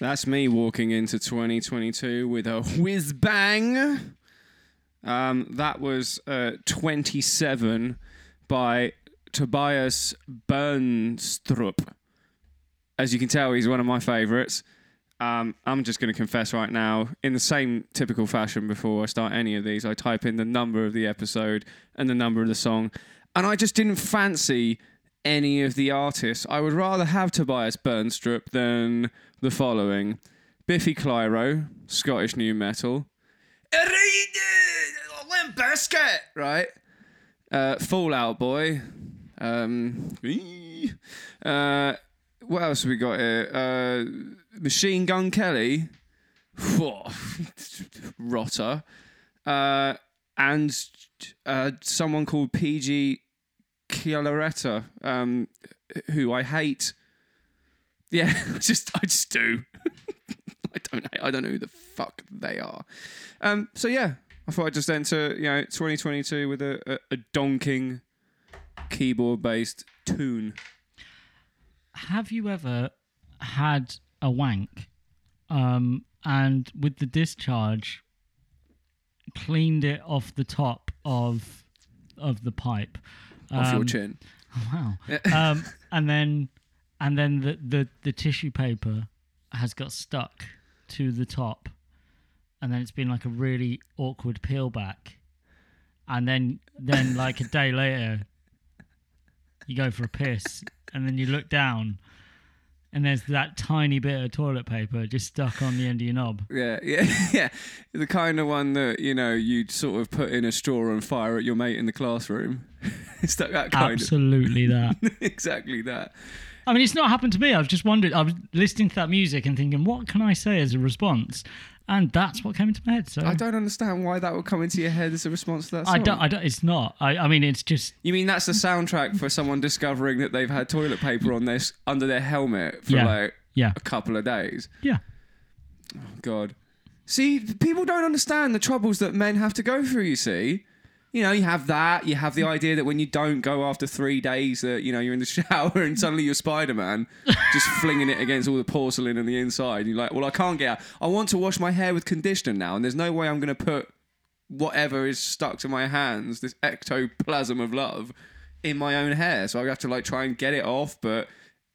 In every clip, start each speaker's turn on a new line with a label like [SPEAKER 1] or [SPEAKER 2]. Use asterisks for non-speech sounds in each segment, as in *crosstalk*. [SPEAKER 1] That's me walking into 2022 with a whiz bang. Um, that was uh, 27 by Tobias Bernstrup. As you can tell, he's one of my favourites. Um, I'm just going to confess right now, in the same typical fashion before I start any of these, I type in the number of the episode and the number of the song. And I just didn't fancy any of the artists. I would rather have Tobias Bernstrup than the following Biffy Clyro, Scottish new metal. Limp Bizkit, right? Uh, Fallout Boy. Um, uh, what else have we got here? Uh, Machine Gun Kelly. Whoa. *laughs* Rotter. Uh, and uh, someone called PG Chiaretta, um, who I hate. Yeah, *laughs* I just I just do. *laughs* I don't I don't know who the fuck they are. Um, so yeah, I thought I'd just enter you know 2022 with a a, a donking keyboard based tune.
[SPEAKER 2] Have you ever had a wank, um, and with the discharge, cleaned it off the top of of the pipe?
[SPEAKER 1] off your
[SPEAKER 2] Um,
[SPEAKER 1] chin.
[SPEAKER 2] Wow. um, and then and then the, the the tissue paper has got stuck to the top, and then it's been like a really awkward peel back, and then then like a day later, you go for a piss, and then you look down. And there's that tiny bit of toilet paper just stuck on the end of your knob.
[SPEAKER 1] Yeah, *laughs* yeah, yeah. The kind of one that you know you'd sort of put in a straw and fire at your mate in the classroom. *laughs* it's that, that kind
[SPEAKER 2] Absolutely that.
[SPEAKER 1] of *laughs* exactly that.
[SPEAKER 2] I mean, it's not happened to me. I've just wondered. I was listening to that music and thinking, what can I say as a response? And that's what came into my head. So
[SPEAKER 1] I don't understand why that would come into your head as a response to that. Song.
[SPEAKER 2] I don't. I don't. It's not. I. I mean, it's just.
[SPEAKER 1] You mean that's the soundtrack for someone discovering that they've had toilet paper on their s under their helmet for
[SPEAKER 2] Yeah.
[SPEAKER 1] like
[SPEAKER 2] Yeah.
[SPEAKER 1] a couple of days?
[SPEAKER 2] Yeah.
[SPEAKER 1] God. See, people don't understand the troubles that men have to go through, you see. You know, you have that, you have the idea that when you don't go after three days that, you know, you're in the *laughs* shower and suddenly you're Spider Man, just flinging it against all the porcelain on the inside. You're like, well, I can't get out. I want to wash my hair with conditioner now, and there's no way I'm going to put whatever is stuck to my hands, this ectoplasm of love, in my own hair. So I have to, like, try and get it off, but.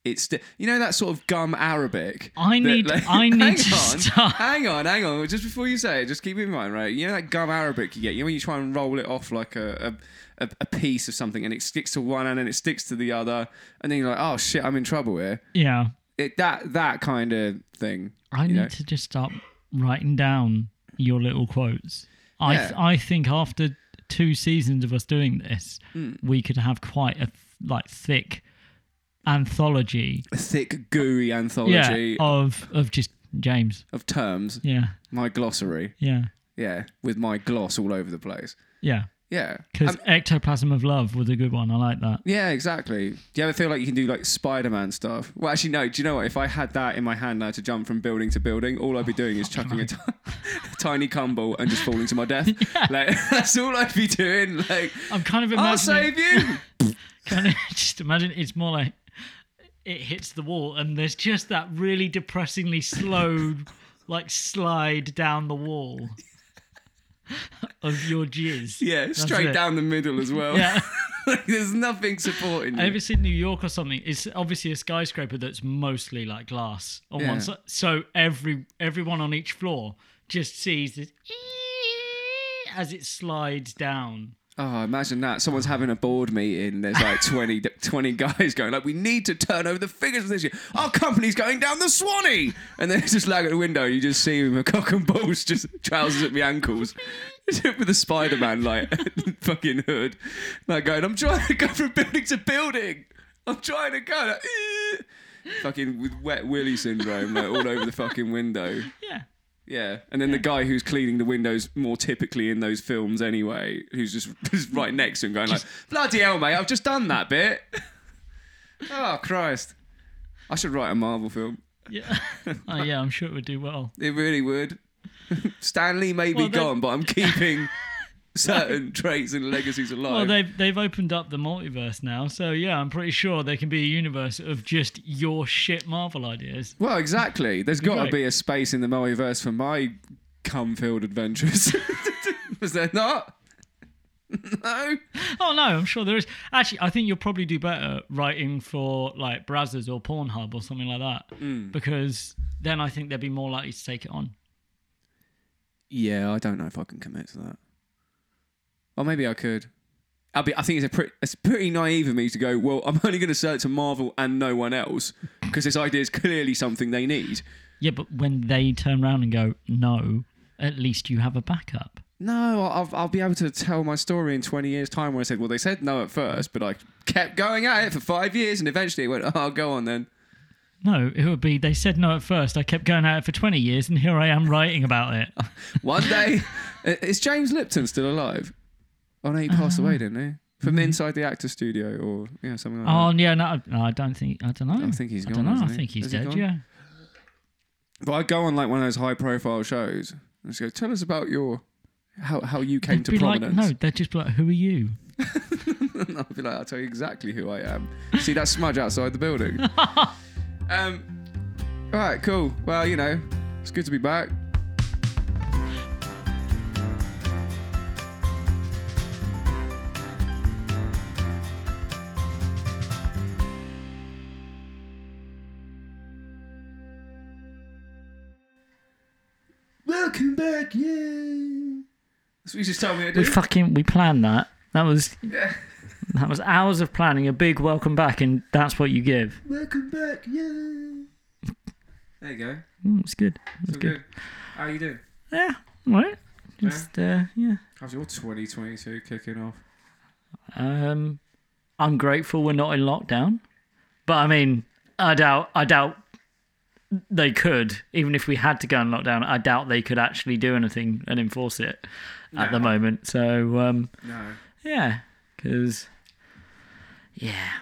[SPEAKER 1] It's sti- you know that sort of gum Arabic.
[SPEAKER 2] I
[SPEAKER 1] that,
[SPEAKER 2] need-
[SPEAKER 1] *laughs*
[SPEAKER 2] I need
[SPEAKER 1] hang
[SPEAKER 2] to
[SPEAKER 1] on,
[SPEAKER 2] stop.
[SPEAKER 1] Hang on, hang on. Just before you say it, just keep in mind, right? You know that gum Arabic you get. You know when you try and roll it off like a a, a- a piece of something, and it sticks to one end and it sticks to the other, and then you're like, oh shit, I'm in trouble here.
[SPEAKER 2] Yeah.
[SPEAKER 1] It that that kind of thing.
[SPEAKER 2] I
[SPEAKER 1] you
[SPEAKER 2] need
[SPEAKER 1] know?
[SPEAKER 2] to just start writing down your little quotes. I.
[SPEAKER 1] Yeah.
[SPEAKER 2] I think after two seasons of us doing this,
[SPEAKER 1] Mm.
[SPEAKER 2] we could have quite a th- like thick anthology.
[SPEAKER 1] a thick gooey anthology
[SPEAKER 2] Yeah. Of of just James.
[SPEAKER 1] of terms.
[SPEAKER 2] Yeah.
[SPEAKER 1] My glossary,
[SPEAKER 2] Yeah.
[SPEAKER 1] yeah, with my gloss all over the place.
[SPEAKER 2] Yeah.
[SPEAKER 1] Yeah,
[SPEAKER 2] Because
[SPEAKER 1] Um,
[SPEAKER 2] ectoplasm of love was a good one. I like that.
[SPEAKER 1] yeah, exactly. Do you ever feel like you can do like Spider-Man stuff? Well, actually, no. Do you know what? If I had that in my hand, I had to jump from building to building. All I'd be doing is chucking a t- *laughs* tiny cumble and just falling to my
[SPEAKER 2] *laughs*
[SPEAKER 1] death. Like *laughs* that's all I'd be doing. Like
[SPEAKER 2] I'm kind of
[SPEAKER 1] I'll
[SPEAKER 2] imagining.
[SPEAKER 1] save you.
[SPEAKER 2] Kind of *laughs* just imagine it's more like it hits the wall and there's just that really
[SPEAKER 1] *laughs*
[SPEAKER 2] depressingly slow like slide down the wall of your jizz.
[SPEAKER 1] Yeah,
[SPEAKER 2] That's
[SPEAKER 1] straight
[SPEAKER 2] it.
[SPEAKER 1] down the middle as well. *laughs*
[SPEAKER 2] Yeah.
[SPEAKER 1] There's nothing supporting you. *laughs*
[SPEAKER 2] I ever seen New York or something? It's obviously a skyscraper that's mostly like glass on
[SPEAKER 1] Yeah.
[SPEAKER 2] one side. So every everyone on each floor just sees this *laughs* as it slides down.
[SPEAKER 1] Oh, imagine that. Someone's having a board meeting. There's like 20, 20 guys going, like, we need to turn over the figures for this year. Our company's going down the Swanee. And then it's just like at the window. You just see him with cock and balls, just trousers at the ankles. *laughs* with a Spider Man, like, *laughs* fucking hood. Like, going, I'm trying to go from building to building. I'm trying to go. Like, *laughs* "Eh." fucking with wet willy syndrome, like, all over the fucking window.
[SPEAKER 2] Yeah.
[SPEAKER 1] Yeah, and then the guy who's cleaning the windows more typically in those films anyway, who's just, *laughs* just right next to him going like, bloody hell, mate, I've just done that bit. *laughs* oh, Christ. I should write a Marvel film. *laughs*
[SPEAKER 2] Yeah. oh yeah, I'm sure it would do well.
[SPEAKER 1] It really would. *laughs* Stan Lee may be
[SPEAKER 2] Well, then-
[SPEAKER 1] gone, but I'm keeping certain traits and legacies alive.
[SPEAKER 2] Well, they've they've opened up the multiverse now, so yeah, I'm pretty sure there can be a universe of just your shit Marvel ideas.
[SPEAKER 1] Well, exactly. There's got to
[SPEAKER 2] great.
[SPEAKER 1] be a space in the multiverse for my cum-filled adventures. *laughs* Was there not? *laughs* No.
[SPEAKER 2] Oh no, I'm sure there is. Actually, I think you'll probably do better writing for like Brazzers or Pornhub or something like that,
[SPEAKER 1] Hmm.
[SPEAKER 2] because then I think they'd be more likely to take it on.
[SPEAKER 1] Yeah, I don't know if I can commit to that. Or maybe I could. I'll be, I think it's a pretty, it's pretty naive of me to go. Well, I'm only going to search to Marvel and no one else because this idea is clearly something they need.
[SPEAKER 2] Yeah, but when they turn around and go, no, at least you have a backup.
[SPEAKER 1] No, I'll, I'll be able to tell my story in 20 years' time where I said, well, they said no at first, but I kept going at it for five years and eventually it went, oh, I'll go on then.
[SPEAKER 2] No, it would be. They said no at first. I kept going at it for 20 years, and here I am writing
[SPEAKER 1] *laughs*
[SPEAKER 2] about it.
[SPEAKER 1] One *laughs* day, I- is James Lipton still alive? Oh no, he passed away, didn't he? From inside the actor studio, or yeah, something like
[SPEAKER 2] oh yeah, no, no, I don't think. I don't know.
[SPEAKER 1] I think he's
[SPEAKER 2] I
[SPEAKER 1] gone,
[SPEAKER 2] don't know.
[SPEAKER 1] isn't
[SPEAKER 2] I
[SPEAKER 1] he?
[SPEAKER 2] think he's
[SPEAKER 1] Is he
[SPEAKER 2] dead.
[SPEAKER 1] gone?
[SPEAKER 2] yeah.
[SPEAKER 1] that. But I go on like one of those high-profile shows and just go, "Tell us about your how how you came
[SPEAKER 2] They'd
[SPEAKER 1] to
[SPEAKER 2] be like,
[SPEAKER 1] prominence."
[SPEAKER 2] no, they'd just be like, who are you?
[SPEAKER 1] And *laughs* I'll be like, "I'll tell you exactly who I am." See that smudge outside the building. um, all right, cool. Well, you know, it's good to be back. Welcome back, yeah. That's what you just told me to do.
[SPEAKER 2] We fucking we planned that. That was that was hours of planning. A big welcome back, and that's what you give.
[SPEAKER 1] Welcome back, yeah. There you go.
[SPEAKER 2] Mm, it's good. It's
[SPEAKER 1] It's
[SPEAKER 2] good.
[SPEAKER 1] good. How you doing?
[SPEAKER 2] Yeah. all Right. Just uh, yeah.
[SPEAKER 1] How's your 2022 kicking off?
[SPEAKER 2] Um, I'm grateful we're not in lockdown, but I mean, I doubt I doubt they could. Even if we had to go in lockdown, I doubt they could actually do anything and enforce it at the
[SPEAKER 1] No.
[SPEAKER 2] moment. So um,
[SPEAKER 1] No.
[SPEAKER 2] yeah, because yeah,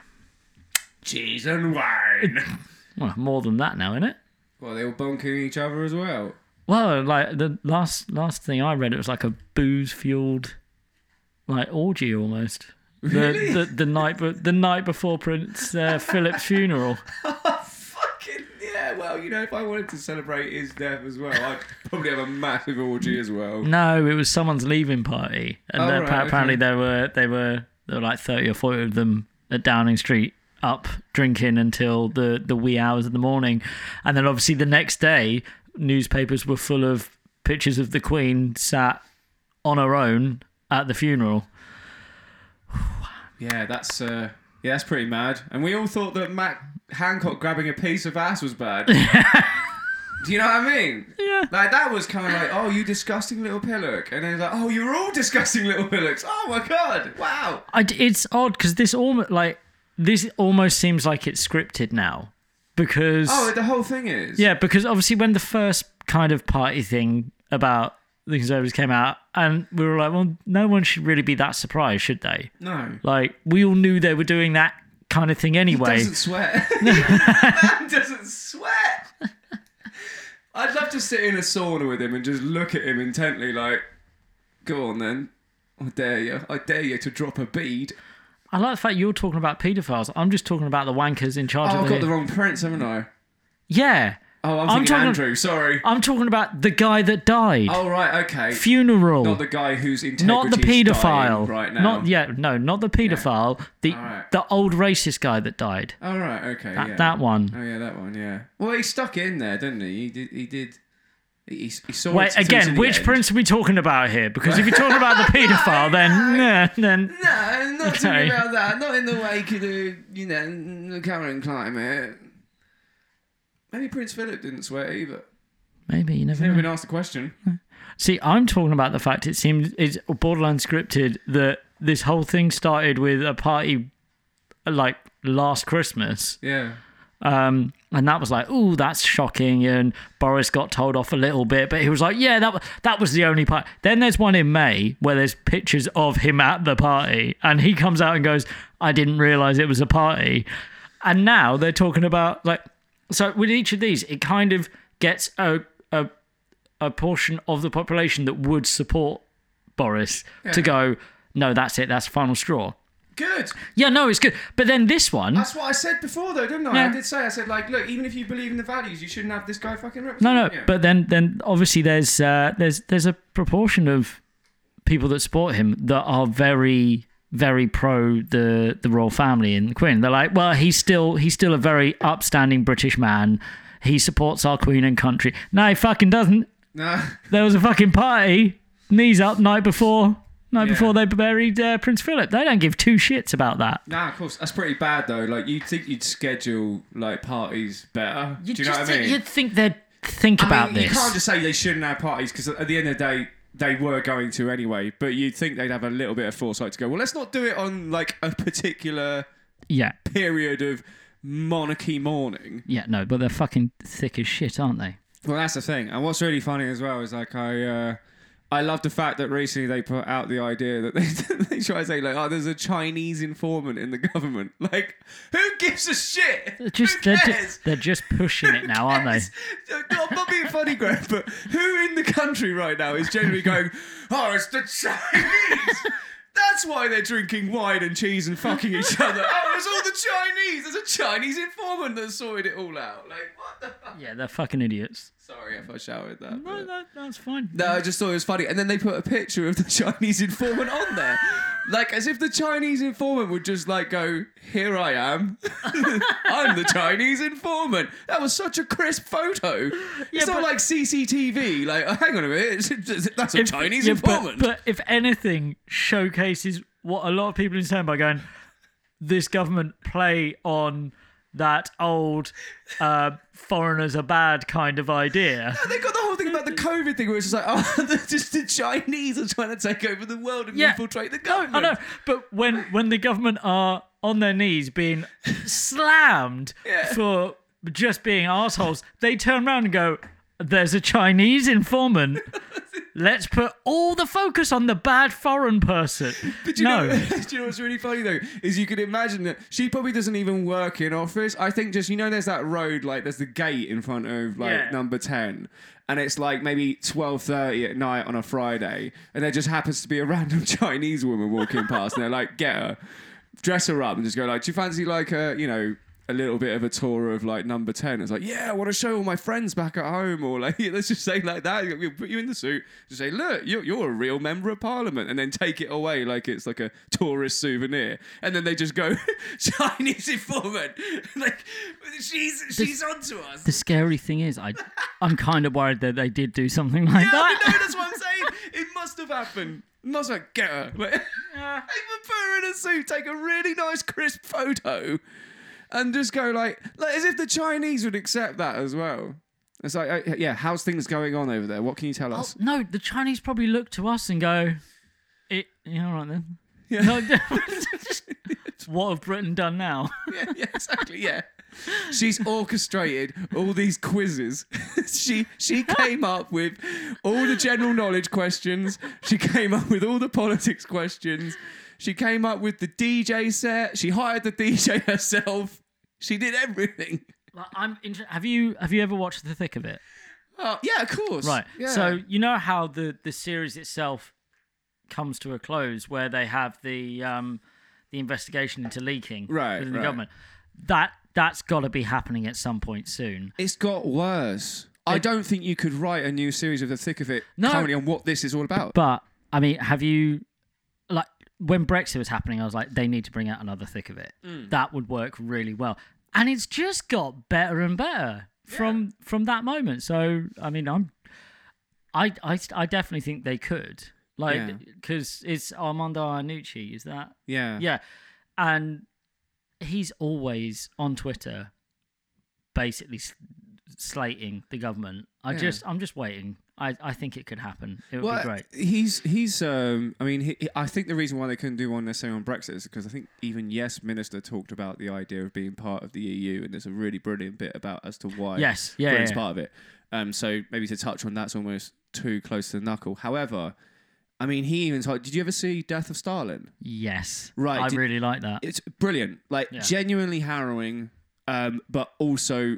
[SPEAKER 1] Cheese and wine. *laughs*
[SPEAKER 2] well, more than that now, isn't it?
[SPEAKER 1] well, they all bunking each other as well.
[SPEAKER 2] Well, like the last last thing I read, it was like a booze fueled, like orgy almost.
[SPEAKER 1] Really?
[SPEAKER 2] The, the the night be- the night before Prince uh, Philip's funeral.
[SPEAKER 1] Fucking yeah. Well, you know, if I wanted to celebrate his death as well, I'd probably have a massive orgy as well.
[SPEAKER 2] No, it was someone's leaving party, and
[SPEAKER 1] Oh,
[SPEAKER 2] then
[SPEAKER 1] right,
[SPEAKER 2] appa-
[SPEAKER 1] okay.
[SPEAKER 2] apparently there were they were there were like thirty or forty of them at Downing Street up drinking until the the wee hours of the morning, and then obviously the next day newspapers were full of pictures of the Queen sat on her own at the funeral.
[SPEAKER 1] Yeah, that's uh, yeah, that's pretty mad. And we all thought that Mac Hancock grabbing a piece of ass was
[SPEAKER 2] *laughs*
[SPEAKER 1] bad. Do you know what I mean?
[SPEAKER 2] Yeah.
[SPEAKER 1] Like that was kind of like, oh, you disgusting little pillock, and then it's like, oh, you're all disgusting little pillocks. Oh my god, wow.
[SPEAKER 2] I d it's odd because this almost like this almost seems like it's scripted now because
[SPEAKER 1] Oh, the whole thing is.
[SPEAKER 2] yeah because obviously when the first kind of party thing about the conservatives came out and we were like well no one should really be that surprised should they
[SPEAKER 1] No.
[SPEAKER 2] like we all knew they were doing that kind of thing anyway
[SPEAKER 1] Doesn't
[SPEAKER 2] *laughs*
[SPEAKER 1] sweat. *laughs* man doesn't sweat. I'd love to sit in a sauna with him and just look at him intently, like, go on then. I dare you. I dare you to drop a bead.
[SPEAKER 2] I like the fact you're talking about paedophiles I'm just talking about the wankers in charge
[SPEAKER 1] Oh,
[SPEAKER 2] of
[SPEAKER 1] I've
[SPEAKER 2] the,
[SPEAKER 1] got the wrong prince, haven't I?
[SPEAKER 2] yeah
[SPEAKER 1] Oh, I'm,
[SPEAKER 2] I'm
[SPEAKER 1] thinking
[SPEAKER 2] talking-
[SPEAKER 1] Andrew. Sorry.
[SPEAKER 2] I'm talking about the guy that died
[SPEAKER 1] Oh, right. Okay.
[SPEAKER 2] funeral
[SPEAKER 1] Not the guy who's integrity
[SPEAKER 2] not the
[SPEAKER 1] is dying
[SPEAKER 2] paedophile
[SPEAKER 1] right now.
[SPEAKER 2] not yeah no not the paedophile the
[SPEAKER 1] Alright.
[SPEAKER 2] the old racist guy that died
[SPEAKER 1] All right. Okay. yeah.
[SPEAKER 2] that one
[SPEAKER 1] Oh yeah, that one. Yeah. Well, he stuck it in there, didn't he? He did. He did. He, he saw. it
[SPEAKER 2] wait
[SPEAKER 1] through to
[SPEAKER 2] again
[SPEAKER 1] the
[SPEAKER 2] which
[SPEAKER 1] end.
[SPEAKER 2] prince are we talking about here because if you're talking about
[SPEAKER 1] *laughs*
[SPEAKER 2] the paedophile then yeah then
[SPEAKER 1] No, not
[SPEAKER 2] Okay.
[SPEAKER 1] talking about that. Not in the wake of the, you know, the current climate. Maybe Prince Philip didn't swear either.
[SPEAKER 2] maybe you never
[SPEAKER 1] Never
[SPEAKER 2] know.
[SPEAKER 1] been asked the question.
[SPEAKER 2] see i'm talking about the fact it seems it's borderline scripted that this whole thing started with a party like last christmas
[SPEAKER 1] Yeah.
[SPEAKER 2] Um, and that was like, oh, that's shocking. And Boris got told off a little bit, but he was like, yeah, that wa- that was the only part. Then there's one in May where there's pictures of him at the party, and he comes out and goes, I didn't realize it was a party. And now they're talking about like, so with each of these, it kind of gets a a a portion of the population that would support Boris to go, no, that's it, that's final straw.
[SPEAKER 1] Good.
[SPEAKER 2] Yeah, no, it's good. But then this one,
[SPEAKER 1] That's what I said before, though, didn't I?
[SPEAKER 2] Yeah.
[SPEAKER 1] I did say I said like, look, even if you believe in the values, you shouldn't have this guy fucking
[SPEAKER 2] no,
[SPEAKER 1] representing
[SPEAKER 2] no.
[SPEAKER 1] you.
[SPEAKER 2] But then, then obviously there's uh, there's there's a proportion of people that support him that are very very pro the the royal family and the queen. They're like, well, he's still he's still a very upstanding British man. He supports our queen and country. No, he fucking doesn't.
[SPEAKER 1] no.
[SPEAKER 2] there was a fucking party, knees up night before, night
[SPEAKER 1] Yeah.
[SPEAKER 2] before they buried uh, Prince Philip. They don't give two shits about that.
[SPEAKER 1] Nah, of course. That's pretty bad though. Like you'd think you'd schedule like parties better. Do you know what I mean?
[SPEAKER 2] You'd think they'd think
[SPEAKER 1] I mean,
[SPEAKER 2] about
[SPEAKER 1] You can't
[SPEAKER 2] this.
[SPEAKER 1] just say they shouldn't have parties because at the end of the day, they were going to anyway. But you'd think they'd have a little bit of foresight to go, well, let's not do it on like a particular
[SPEAKER 2] Yeah,
[SPEAKER 1] period of monarchy mourning.
[SPEAKER 2] yeah, no, but they're fucking thick as shit, aren't they?
[SPEAKER 1] Well, that's the thing. And what's really funny as well is like I, uh, I love the fact that recently they put out the idea that they, *laughs* they try to say like, oh, there's a Chinese informant in the government. *laughs* Like, who gives a shit?
[SPEAKER 2] They're just,
[SPEAKER 1] who
[SPEAKER 2] they're,
[SPEAKER 1] cares?
[SPEAKER 2] just they're just pushing it now, aren't *laughs* they?
[SPEAKER 1] I'm *laughs* not being funny, Greg, but who in the country right now is generally going, oh, it's the Chinese? *laughs* That's why they're drinking wine and cheese and fucking each other. Oh, it's all the Chinese. There's a Chinese informant that sorted it all out. Like, what the fuck?
[SPEAKER 2] Yeah, they're fucking idiots.
[SPEAKER 1] Sorry if I shouted that.
[SPEAKER 2] No,
[SPEAKER 1] but-
[SPEAKER 2] no, that's fine.
[SPEAKER 1] No, I just thought it was funny. And then they put a picture of the *laughs* Chinese informant on there. Like, as if the Chinese informant would just, like, go, Here I am. *laughs* I'm the Chinese informant. That was such a crisp photo. it's not
[SPEAKER 2] but-
[SPEAKER 1] like CCTV. Like, oh, hang on a minute. That's a
[SPEAKER 2] If-
[SPEAKER 1] Chinese
[SPEAKER 2] yeah, but-
[SPEAKER 1] informant.
[SPEAKER 2] But, if anything, showcases what a lot of people are saying by going, this government play on that old uh, foreigners are bad kind of idea.
[SPEAKER 1] they got the whole thing about the COVID thing where it's just like, *laughs* oh, just the Chinese are trying to take over the world and
[SPEAKER 2] Yeah.
[SPEAKER 1] infiltrate the
[SPEAKER 2] I
[SPEAKER 1] government.
[SPEAKER 2] know, but when when the government are on their knees being slammed
[SPEAKER 1] Yeah.
[SPEAKER 2] for just being assholes, they turn around and go, "There's a Chinese informant." Let's put all the focus on the bad foreign person.
[SPEAKER 1] But do you,
[SPEAKER 2] no,
[SPEAKER 1] know, *laughs* do you know what's really funny though? Is you could imagine that she probably doesn't even work in office. I think just, you know, there's that road, like there's the gate in front of like
[SPEAKER 2] Yeah.
[SPEAKER 1] number 10. And it's like maybe 12.30 at night on a Friday. And there just happens to be a *laughs* random Chinese woman walking past. and they're like, get her, dress her up and just go like, do you fancy like a, you know, a little bit of a tour of like number 10. It's like, yeah, I want to show all my friends back at home. Or like, *laughs* let's just say like that. We'll put you in the suit. Just say, look, you're, you're a real member of parliament. And then take it away like it's like a tourist souvenir. And then they just go, *laughs* Chinese informant. *laughs* like, she's, she's onto us.
[SPEAKER 2] The scary thing is, I, I'm kind of worried that they did do something like
[SPEAKER 1] yeah, I
[SPEAKER 2] that.
[SPEAKER 1] know, that's what I'm saying. It must have happened. Must have get her. Like, *laughs* even put her in a suit, take a really nice crisp photo, and just go like, like as if the Chinese would accept that as well. It's like, uh, yeah, how's things going on over there? What can you tell us?
[SPEAKER 2] No, the Chinese probably look to us and go, "It, yeah, all right then."
[SPEAKER 1] Yeah.
[SPEAKER 2] No, *laughs* what have Britain done now?
[SPEAKER 1] yeah, *laughs* yeah, exactly. Yeah. She's orchestrated all these quizzes. *laughs* she she came up with all the general knowledge questions. She came up with all the politics questions. She came up with the DJ set. She hired the DJ *laughs* herself. She did everything.
[SPEAKER 2] Like, I'm inter- Have you have you ever watched The Thick of It?
[SPEAKER 1] Oh, yeah, of course.
[SPEAKER 2] Right.
[SPEAKER 1] Yeah.
[SPEAKER 2] So you know how the the series itself comes to a close, where they have the um the investigation into leaking
[SPEAKER 1] Right,
[SPEAKER 2] within the
[SPEAKER 1] right.
[SPEAKER 2] government. That that's got to be happening at some point soon.
[SPEAKER 1] it's got worse. I don't think you could write a new series of the thick of it
[SPEAKER 2] No.
[SPEAKER 1] currently on what this is all about.
[SPEAKER 2] But I mean, have you like when Brexit was happening? I was like, they need to bring out another thick of it.
[SPEAKER 1] Mm.
[SPEAKER 2] That would work really well, and it's just got better and better from from that moment. So I mean, I'm I I, I definitely think they could
[SPEAKER 1] Yeah.
[SPEAKER 2] like because it's Armando Iannucci. Is that
[SPEAKER 1] yeah.
[SPEAKER 2] yeah, and he's always on Twitter, basically s- slating the government. I
[SPEAKER 1] Yeah.
[SPEAKER 2] just I'm just waiting. I, I think it could happen. It would be great.
[SPEAKER 1] He's he's. Um, I mean, he, he- I think the reason why they couldn't do one necessarily on Brexit is because I think even Yes Minister talked about the idea of being part of the EU, and there's a really brilliant bit about as to why
[SPEAKER 2] Yes, yeah,
[SPEAKER 1] Britain's
[SPEAKER 2] yeah, yeah.
[SPEAKER 1] part of it. Um, so maybe to touch on that's almost too close to the knuckle. However, I mean, he even talked. Did you ever see Death of Stalin?
[SPEAKER 2] Yes.
[SPEAKER 1] Right,
[SPEAKER 2] I
[SPEAKER 1] did-
[SPEAKER 2] really like that.
[SPEAKER 1] It's brilliant, like
[SPEAKER 2] Yeah.
[SPEAKER 1] genuinely harrowing, um, but also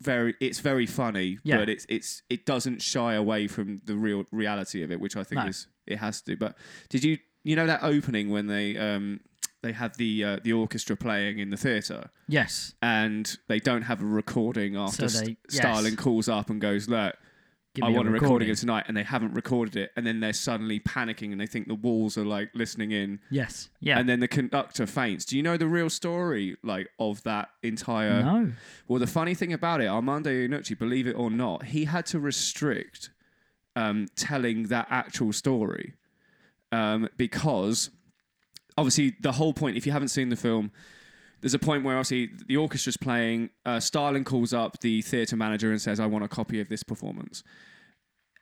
[SPEAKER 1] very. It's very funny,
[SPEAKER 2] Yeah.
[SPEAKER 1] but it's it's it doesn't shy away from the real reality of it, which I think
[SPEAKER 2] No.
[SPEAKER 1] is it has to. But did you you know that opening when they um they have the uh, the orchestra playing in the theater
[SPEAKER 2] Yes.
[SPEAKER 1] and they don't have a recording after
[SPEAKER 2] So
[SPEAKER 1] S-
[SPEAKER 2] they- yes.
[SPEAKER 1] Starling calls up and goes look.
[SPEAKER 2] Give
[SPEAKER 1] I
[SPEAKER 2] me
[SPEAKER 1] want a recording of tonight, and they haven't recorded it, and then they're suddenly panicking, and they think the walls are like listening in,
[SPEAKER 2] Yes. Yeah.
[SPEAKER 1] and then the conductor faints. Do you know the real story, like of that entire?
[SPEAKER 2] no.
[SPEAKER 1] Well, the funny thing about it, Armando Iannucci, believe it or not, he had to restrict um, telling that actual story um, because obviously the whole point, if you haven't seen the film, there's a point where obviously the orchestra's playing. Uh, Starlin calls up the theatre manager and says, I want a copy of this performance.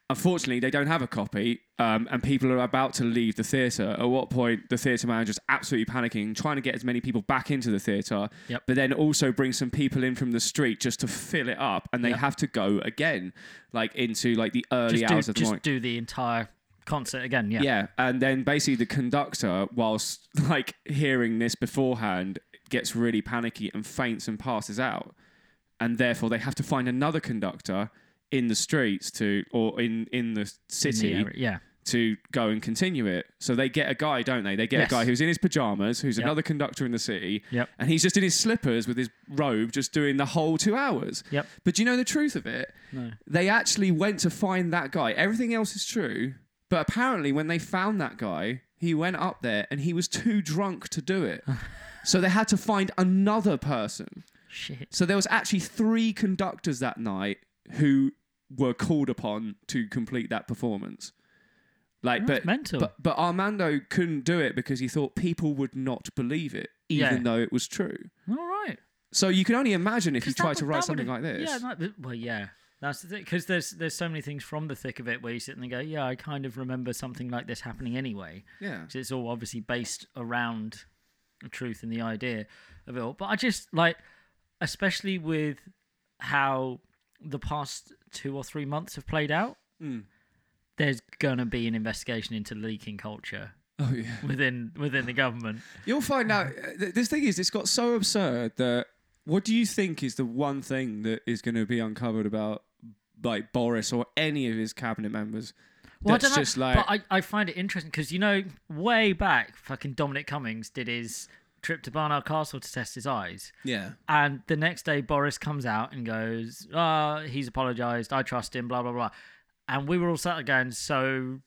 [SPEAKER 1] Unfortunately, they don't have a copy, um, and people are about to leave the theatre. At what point, the theatre manager's absolutely panicking, trying to get as many people back into the theatre,
[SPEAKER 2] Yep.
[SPEAKER 1] but then also bring some people in from the street just to fill it up, and they
[SPEAKER 2] Yep.
[SPEAKER 1] have to go again, like into like the early
[SPEAKER 2] Just
[SPEAKER 1] hours
[SPEAKER 2] do,
[SPEAKER 1] of the
[SPEAKER 2] just
[SPEAKER 1] morning.
[SPEAKER 2] do the entire concert again. Yeah.
[SPEAKER 1] Yeah, and then basically the conductor, whilst *laughs* like hearing this beforehand, gets really panicky and faints and passes out, and therefore they have to find another conductor in the streets to or in in the
[SPEAKER 2] In the
[SPEAKER 1] city
[SPEAKER 2] area, Yeah.
[SPEAKER 1] to go and continue it. So they get a guy, don't they? They get
[SPEAKER 2] Yes.
[SPEAKER 1] a guy who's in his pajamas, who's
[SPEAKER 2] Yep.
[SPEAKER 1] another conductor in the city,
[SPEAKER 2] Yep.
[SPEAKER 1] and he's just in his slippers with his robe, just doing the whole two hours.
[SPEAKER 2] Yep.
[SPEAKER 1] But do you know the truth of it?
[SPEAKER 2] No.
[SPEAKER 1] They actually went to find that guy. Everything else is true, but apparently when they found that guy, he went up there and he was too drunk to do
[SPEAKER 2] *laughs*
[SPEAKER 1] it. so they had to find another person.
[SPEAKER 2] Shit.
[SPEAKER 1] So there was actually three conductors that night who were called upon to complete that performance. Like,
[SPEAKER 2] That's
[SPEAKER 1] but
[SPEAKER 2] mental.
[SPEAKER 1] but but Armando couldn't do it because he thought people would not believe it, even
[SPEAKER 2] Yeah.
[SPEAKER 1] though it was true.
[SPEAKER 2] All right.
[SPEAKER 1] So you can only imagine if you
[SPEAKER 2] 'Cause that
[SPEAKER 1] tried to
[SPEAKER 2] would-
[SPEAKER 1] write
[SPEAKER 2] that
[SPEAKER 1] something
[SPEAKER 2] would've-
[SPEAKER 1] like this.
[SPEAKER 2] Yeah, that, th- well, yeah, that's the thing. Because there's there's so many things from the thick of it where you sit and go, yeah, I kind of remember something like this happening anyway.
[SPEAKER 1] yeah.
[SPEAKER 2] 'Cause it's all obviously based around the truth and the idea of it all. But I just like, especially with how the past two or three months have played out.
[SPEAKER 1] Hmm.
[SPEAKER 2] There's gonna be an investigation into leaking culture
[SPEAKER 1] Oh yeah.
[SPEAKER 2] within within
[SPEAKER 1] *sighs*
[SPEAKER 2] the government.
[SPEAKER 1] You'll find out. uh, th- This thing is, it's got so absurd that. What do you think is the one thing that is going to be uncovered about, like Boris or any of his cabinet members?
[SPEAKER 2] Well,
[SPEAKER 1] that's
[SPEAKER 2] I don't know,
[SPEAKER 1] just like
[SPEAKER 2] But I, I find it interesting because you know, way back, fucking Dominic Cummings did his trip to Barnard Castle to test his eyes,
[SPEAKER 1] yeah,
[SPEAKER 2] and the next day Boris comes out and goes, "Ah, he's apologised. I trust him." Blah blah blah, and we were all sat there going, "So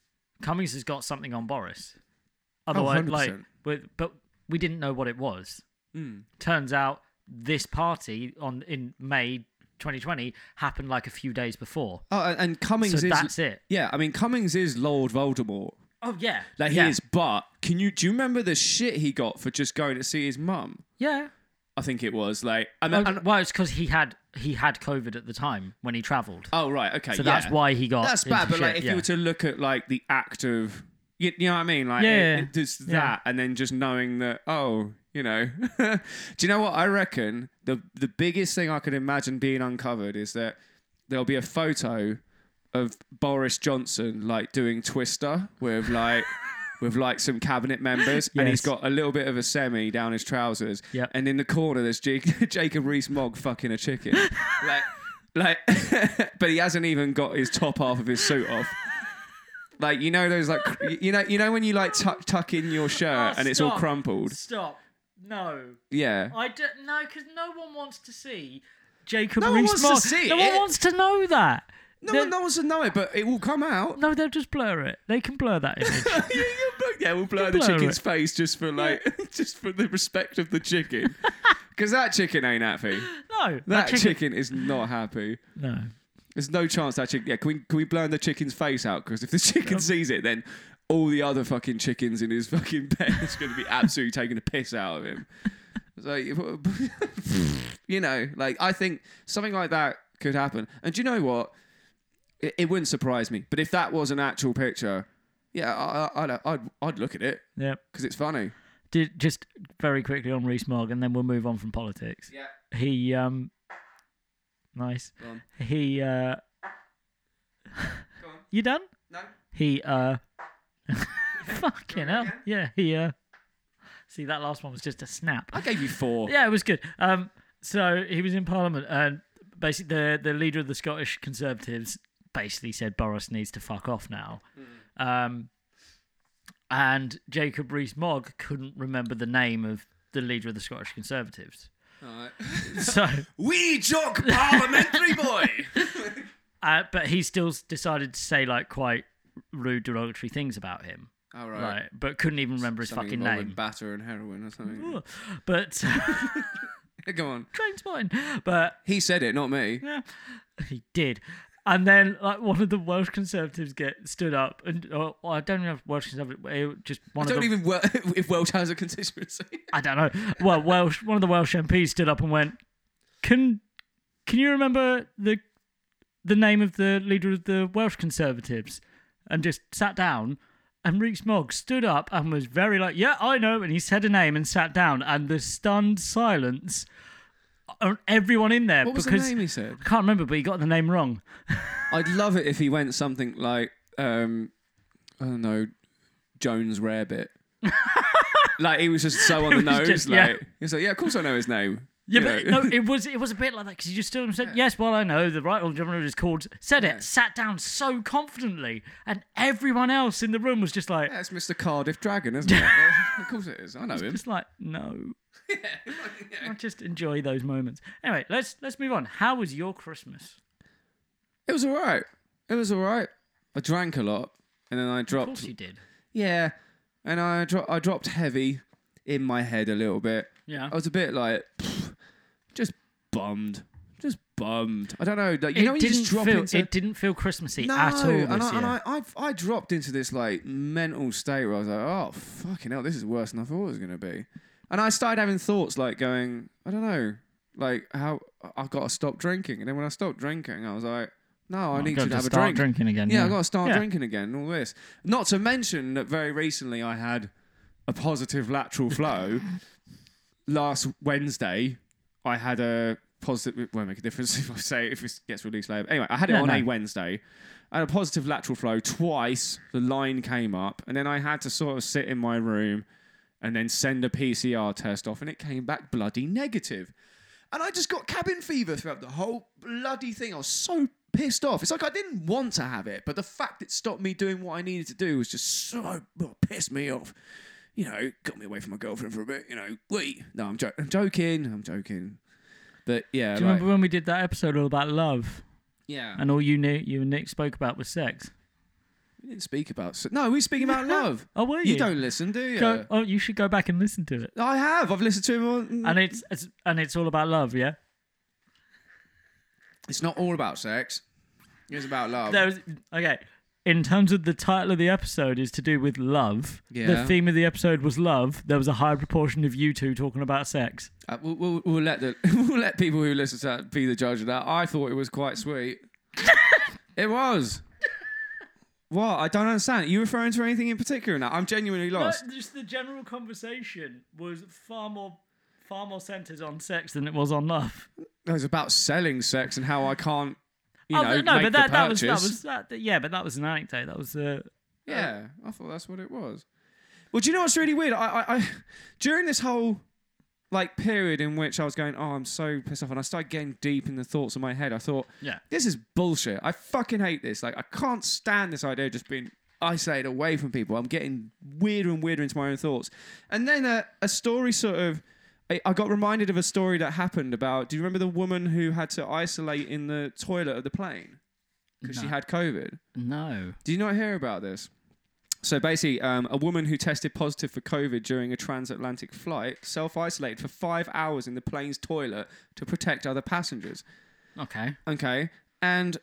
[SPEAKER 2] Cummings has got something on Boris."
[SPEAKER 1] Oh,
[SPEAKER 2] Otherwise, like,
[SPEAKER 1] 100%.
[SPEAKER 2] with, but we didn't know what it was.
[SPEAKER 1] Hmm.
[SPEAKER 2] Turns out this party on in May 2020 happened like a few days before.
[SPEAKER 1] Oh, and, and Cummings
[SPEAKER 2] So
[SPEAKER 1] is
[SPEAKER 2] that's it.
[SPEAKER 1] Yeah, I mean Cummings is Lord Voldemort.
[SPEAKER 2] Oh yeah,
[SPEAKER 1] Like
[SPEAKER 2] yeah.
[SPEAKER 1] he is, but can you do you remember the shit he got for just going to see his mum?
[SPEAKER 2] Yeah.
[SPEAKER 1] I think it was like I
[SPEAKER 2] Oh,
[SPEAKER 1] mean, and-
[SPEAKER 2] well, it's because he had he had COVID at the time when he travelled,
[SPEAKER 1] oh right, okay,
[SPEAKER 2] so
[SPEAKER 1] yeah.
[SPEAKER 2] that's why he got.
[SPEAKER 1] that's bad.
[SPEAKER 2] into
[SPEAKER 1] But like,
[SPEAKER 2] shit,
[SPEAKER 1] if
[SPEAKER 2] yeah.
[SPEAKER 1] you were to look at like the act of, you, you know what I mean, like
[SPEAKER 2] Yeah,
[SPEAKER 1] it, it, just
[SPEAKER 2] yeah.
[SPEAKER 1] that, and then just knowing that, oh, you know, *laughs* do you know what I reckon? The the biggest thing I could imagine being uncovered is that there'll be a photo of Boris Johnson like doing Twister with
[SPEAKER 2] *laughs*
[SPEAKER 1] like. With like some cabinet members, and he's
[SPEAKER 2] Yes.
[SPEAKER 1] got a little bit of a semi down his trousers.
[SPEAKER 2] Yep.
[SPEAKER 1] And in the corner, there's Jake, *laughs* Jacob Rees-Mogg fucking a
[SPEAKER 2] *laughs*
[SPEAKER 1] chicken. like, like, *laughs* but he hasn't even got his top half of his suit off. Like you know those like you know you know when you like tuck tuck in your shirt
[SPEAKER 2] Oh,
[SPEAKER 1] and it's all
[SPEAKER 2] stop.
[SPEAKER 1] crumpled.
[SPEAKER 2] Stop! No,
[SPEAKER 1] Yeah.
[SPEAKER 2] I don't. No, because no one wants to see Jacob.
[SPEAKER 1] No one wants to
[SPEAKER 2] Rees-Mogg.
[SPEAKER 1] see
[SPEAKER 2] No
[SPEAKER 1] it.
[SPEAKER 2] one wants to know that.
[SPEAKER 1] No
[SPEAKER 2] They're-
[SPEAKER 1] one knows to know it, but it will come out.
[SPEAKER 2] No, they'll just blur it. They can blur that image.
[SPEAKER 1] *laughs* yeah, we'll blur the
[SPEAKER 2] Blur
[SPEAKER 1] chicken's
[SPEAKER 2] it.
[SPEAKER 1] face just for like *laughs* just for the respect of the *laughs* chicken. Because that chicken ain't happy.
[SPEAKER 2] no,
[SPEAKER 1] That chicken is not happy.
[SPEAKER 2] No.
[SPEAKER 1] There's no chance that chicken. Yeah, can we can we blur the chicken's face out? Because if the chicken sees it, then all the other fucking chickens in his fucking bed *laughs* is going to be absolutely taking a piss out of him. So *laughs* you know, like I think something like that could happen. And do you know what? It, it wouldn't surprise me. But if that was an actual picture, yeah, I, I, I'd, I'd I'd look at it
[SPEAKER 2] Yep.
[SPEAKER 1] because it's funny.
[SPEAKER 2] Did, just very quickly on Rees-Mogg, and then we'll move on from politics.
[SPEAKER 1] Yeah.
[SPEAKER 2] He um. Nice.
[SPEAKER 1] Go on.
[SPEAKER 2] He uh.
[SPEAKER 1] Go on.
[SPEAKER 2] *laughs* You done?
[SPEAKER 1] No.
[SPEAKER 2] He uh *laughs* fucking hell.
[SPEAKER 1] again?
[SPEAKER 2] Yeah, he uh see that last one was just a snap.
[SPEAKER 1] I gave you four.
[SPEAKER 2] Yeah, it was good. Um so he was in Parliament and basically the the leader of the Scottish Conservatives basically said Boris needs to fuck off now. Um and Jacob Rees-Mogg couldn't remember the name of the leader of the Scottish Conservatives.
[SPEAKER 1] All right.
[SPEAKER 2] *laughs* So,
[SPEAKER 1] We jock parliamentary
[SPEAKER 2] *laughs*
[SPEAKER 1] boy.
[SPEAKER 2] uh, but he still s- decided to say like quite rude, derogatory things about him,
[SPEAKER 1] All
[SPEAKER 2] right?
[SPEAKER 1] right.
[SPEAKER 2] But couldn't even remember his
[SPEAKER 1] Something
[SPEAKER 2] fucking
[SPEAKER 1] involving
[SPEAKER 2] name.
[SPEAKER 1] Batter and heroin or something.
[SPEAKER 2] But *laughs*
[SPEAKER 1] Come on.
[SPEAKER 2] James Martin, but
[SPEAKER 1] He said it, not me.
[SPEAKER 2] yeah, *laughs* he did. And then like one of the Welsh Conservatives get stood up, and oh, well, I don't even know if Welsh Conservative, it- just one
[SPEAKER 1] I
[SPEAKER 2] of
[SPEAKER 1] don't
[SPEAKER 2] the
[SPEAKER 1] even wel- *laughs* if Welsh has a constituency.
[SPEAKER 2] I don't know. Well, Welsh, one of the Welsh MPs stood up and went, "Can can you remember the the name of the leader of the Welsh Conservatives?" And just sat down. And Reeks Mogg stood up and was very like, "Yeah, I know." And he said a name and sat down. And the stunned silence on everyone in there
[SPEAKER 1] What was
[SPEAKER 2] because
[SPEAKER 1] the name he said?
[SPEAKER 2] I can't remember, but he got the name wrong.
[SPEAKER 1] I'd love it if he went something like, um, I don't know, Jones
[SPEAKER 2] *laughs*
[SPEAKER 1] Rarebit. like he was just so on the
[SPEAKER 2] was
[SPEAKER 1] nose.
[SPEAKER 2] just-
[SPEAKER 1] like
[SPEAKER 2] yeah.
[SPEAKER 1] he was like, yeah, of course I know his name.
[SPEAKER 2] Yeah,
[SPEAKER 1] You
[SPEAKER 2] but
[SPEAKER 1] know? *laughs*
[SPEAKER 2] no, it was it was a bit like that because you just stood and said, "Yes, well, I know the right honourable gentleman is called." Said it, sat down so confidently, and everyone else in the room was just like,
[SPEAKER 1] that's Mr. Cardiff Dragon, isn't it? Yeah, of course it is. I know him.
[SPEAKER 2] just like,
[SPEAKER 1] *laughs*
[SPEAKER 2] no. I just enjoy those moments. Anyway, let's let's move on. How was your Christmas?
[SPEAKER 1] It was all right. It was all right. I drank a lot, and then I
[SPEAKER 2] Of course
[SPEAKER 1] dropped.
[SPEAKER 2] you did.
[SPEAKER 1] Yeah, and I dro- I dropped heavy in my head a little bit.
[SPEAKER 2] Yeah.
[SPEAKER 1] I was a bit like, *sniffs* pff, just bummed, just bummed. I don't know. Like, you know,
[SPEAKER 2] it
[SPEAKER 1] when you
[SPEAKER 2] didn't
[SPEAKER 1] just drop
[SPEAKER 2] feel
[SPEAKER 1] into
[SPEAKER 2] it didn't feel Christmassy
[SPEAKER 1] no,
[SPEAKER 2] at all this
[SPEAKER 1] and, I,
[SPEAKER 2] year.
[SPEAKER 1] and I, I, I dropped into this like mental state where I was like, oh fucking hell, this is worse than I thought it was gonna be, and I started having thoughts like going, I don't know, like how I've got to stop drinking, and then when I stopped drinking, I was like, no, I need
[SPEAKER 2] Got
[SPEAKER 1] to, have a
[SPEAKER 2] start
[SPEAKER 1] drink.
[SPEAKER 2] drinking again.
[SPEAKER 1] Yeah, I've got to start
[SPEAKER 2] Yeah.
[SPEAKER 1] drinking again and all this. Not to mention that very recently I had a positive lateral
[SPEAKER 2] *laughs*
[SPEAKER 1] flow. Last Wednesday, I had a positive. It won't make a difference *laughs* if I say if it gets released later. Anyway, I had it
[SPEAKER 2] No,
[SPEAKER 1] on
[SPEAKER 2] no.
[SPEAKER 1] a Wednesday. I had a positive lateral flow twice. The line came up, and then I had to sort of sit in my room and then send a PCR test off, and it came back bloody negative. And I just got cabin fever throughout the whole bloody thing. I was so pissed off. It's like I didn't want to have it, but the fact it stopped me doing what I needed to do was just so well, pissed me off. You know, got me away from my girlfriend for a bit. You know, wait, no, I'm, jo- I'm joking. I'm joking. But yeah,
[SPEAKER 2] Do you
[SPEAKER 1] like-
[SPEAKER 2] remember when we did that episode all about love,
[SPEAKER 1] yeah.
[SPEAKER 2] and all you knew, you and Nick spoke about was sex?
[SPEAKER 1] we didn't speak about. se- No, we speak about love.
[SPEAKER 2] Oh, were you?
[SPEAKER 1] you don't listen, do you?
[SPEAKER 2] Go, oh, you should go back and listen to it.
[SPEAKER 1] I have. I've listened to him on.
[SPEAKER 2] and it's, it's and it's all about love, yeah.
[SPEAKER 1] it's not all about sex. It's about love.
[SPEAKER 2] There was, okay. In terms of the title of the episode is to do with love.
[SPEAKER 1] Yeah.
[SPEAKER 2] The theme of the episode was love. There was a high proportion of you two talking about sex.
[SPEAKER 1] Uh, we'll, we'll, we'll let the *laughs* we'll let people who listen to that be the judge of that. I thought it was quite
[SPEAKER 2] *laughs*
[SPEAKER 1] sweet. it was. What? I don't understand. Are you referring to anything in particular? Now I'm genuinely lost.
[SPEAKER 2] just the general conversation was far more far more centered on sex than it was on love.
[SPEAKER 1] It was about selling sex and how I can't, you know,
[SPEAKER 2] Oh, no,
[SPEAKER 1] make
[SPEAKER 2] but that,
[SPEAKER 1] the
[SPEAKER 2] that was
[SPEAKER 1] purchase.
[SPEAKER 2] that was that, yeah, but that was an anecdote. That was uh,
[SPEAKER 1] yeah, I thought that's what it was. Well, do you know what's really weird? I, I, *laughs* I during this whole like period in which I was going, oh, I'm so pissed off, and I started getting deep in the thoughts of my head. I thought,
[SPEAKER 2] yeah.
[SPEAKER 1] this is bullshit. I fucking hate this. Like, I can't stand this idea of just being isolated away from people. I'm getting weirder and weirder into my own thoughts. And then a, a story sort of. I, I got reminded of a story that happened about. Do you remember the woman who had to isolate in the toilet of the plane? Because she
[SPEAKER 2] No.
[SPEAKER 1] had COVID.
[SPEAKER 2] No.
[SPEAKER 1] Do you not hear about this? So basically, um, a woman who tested positive for COVID during a transatlantic flight self isolated for five hours in the plane's toilet to protect other passengers.
[SPEAKER 2] Okay.
[SPEAKER 1] Okay. And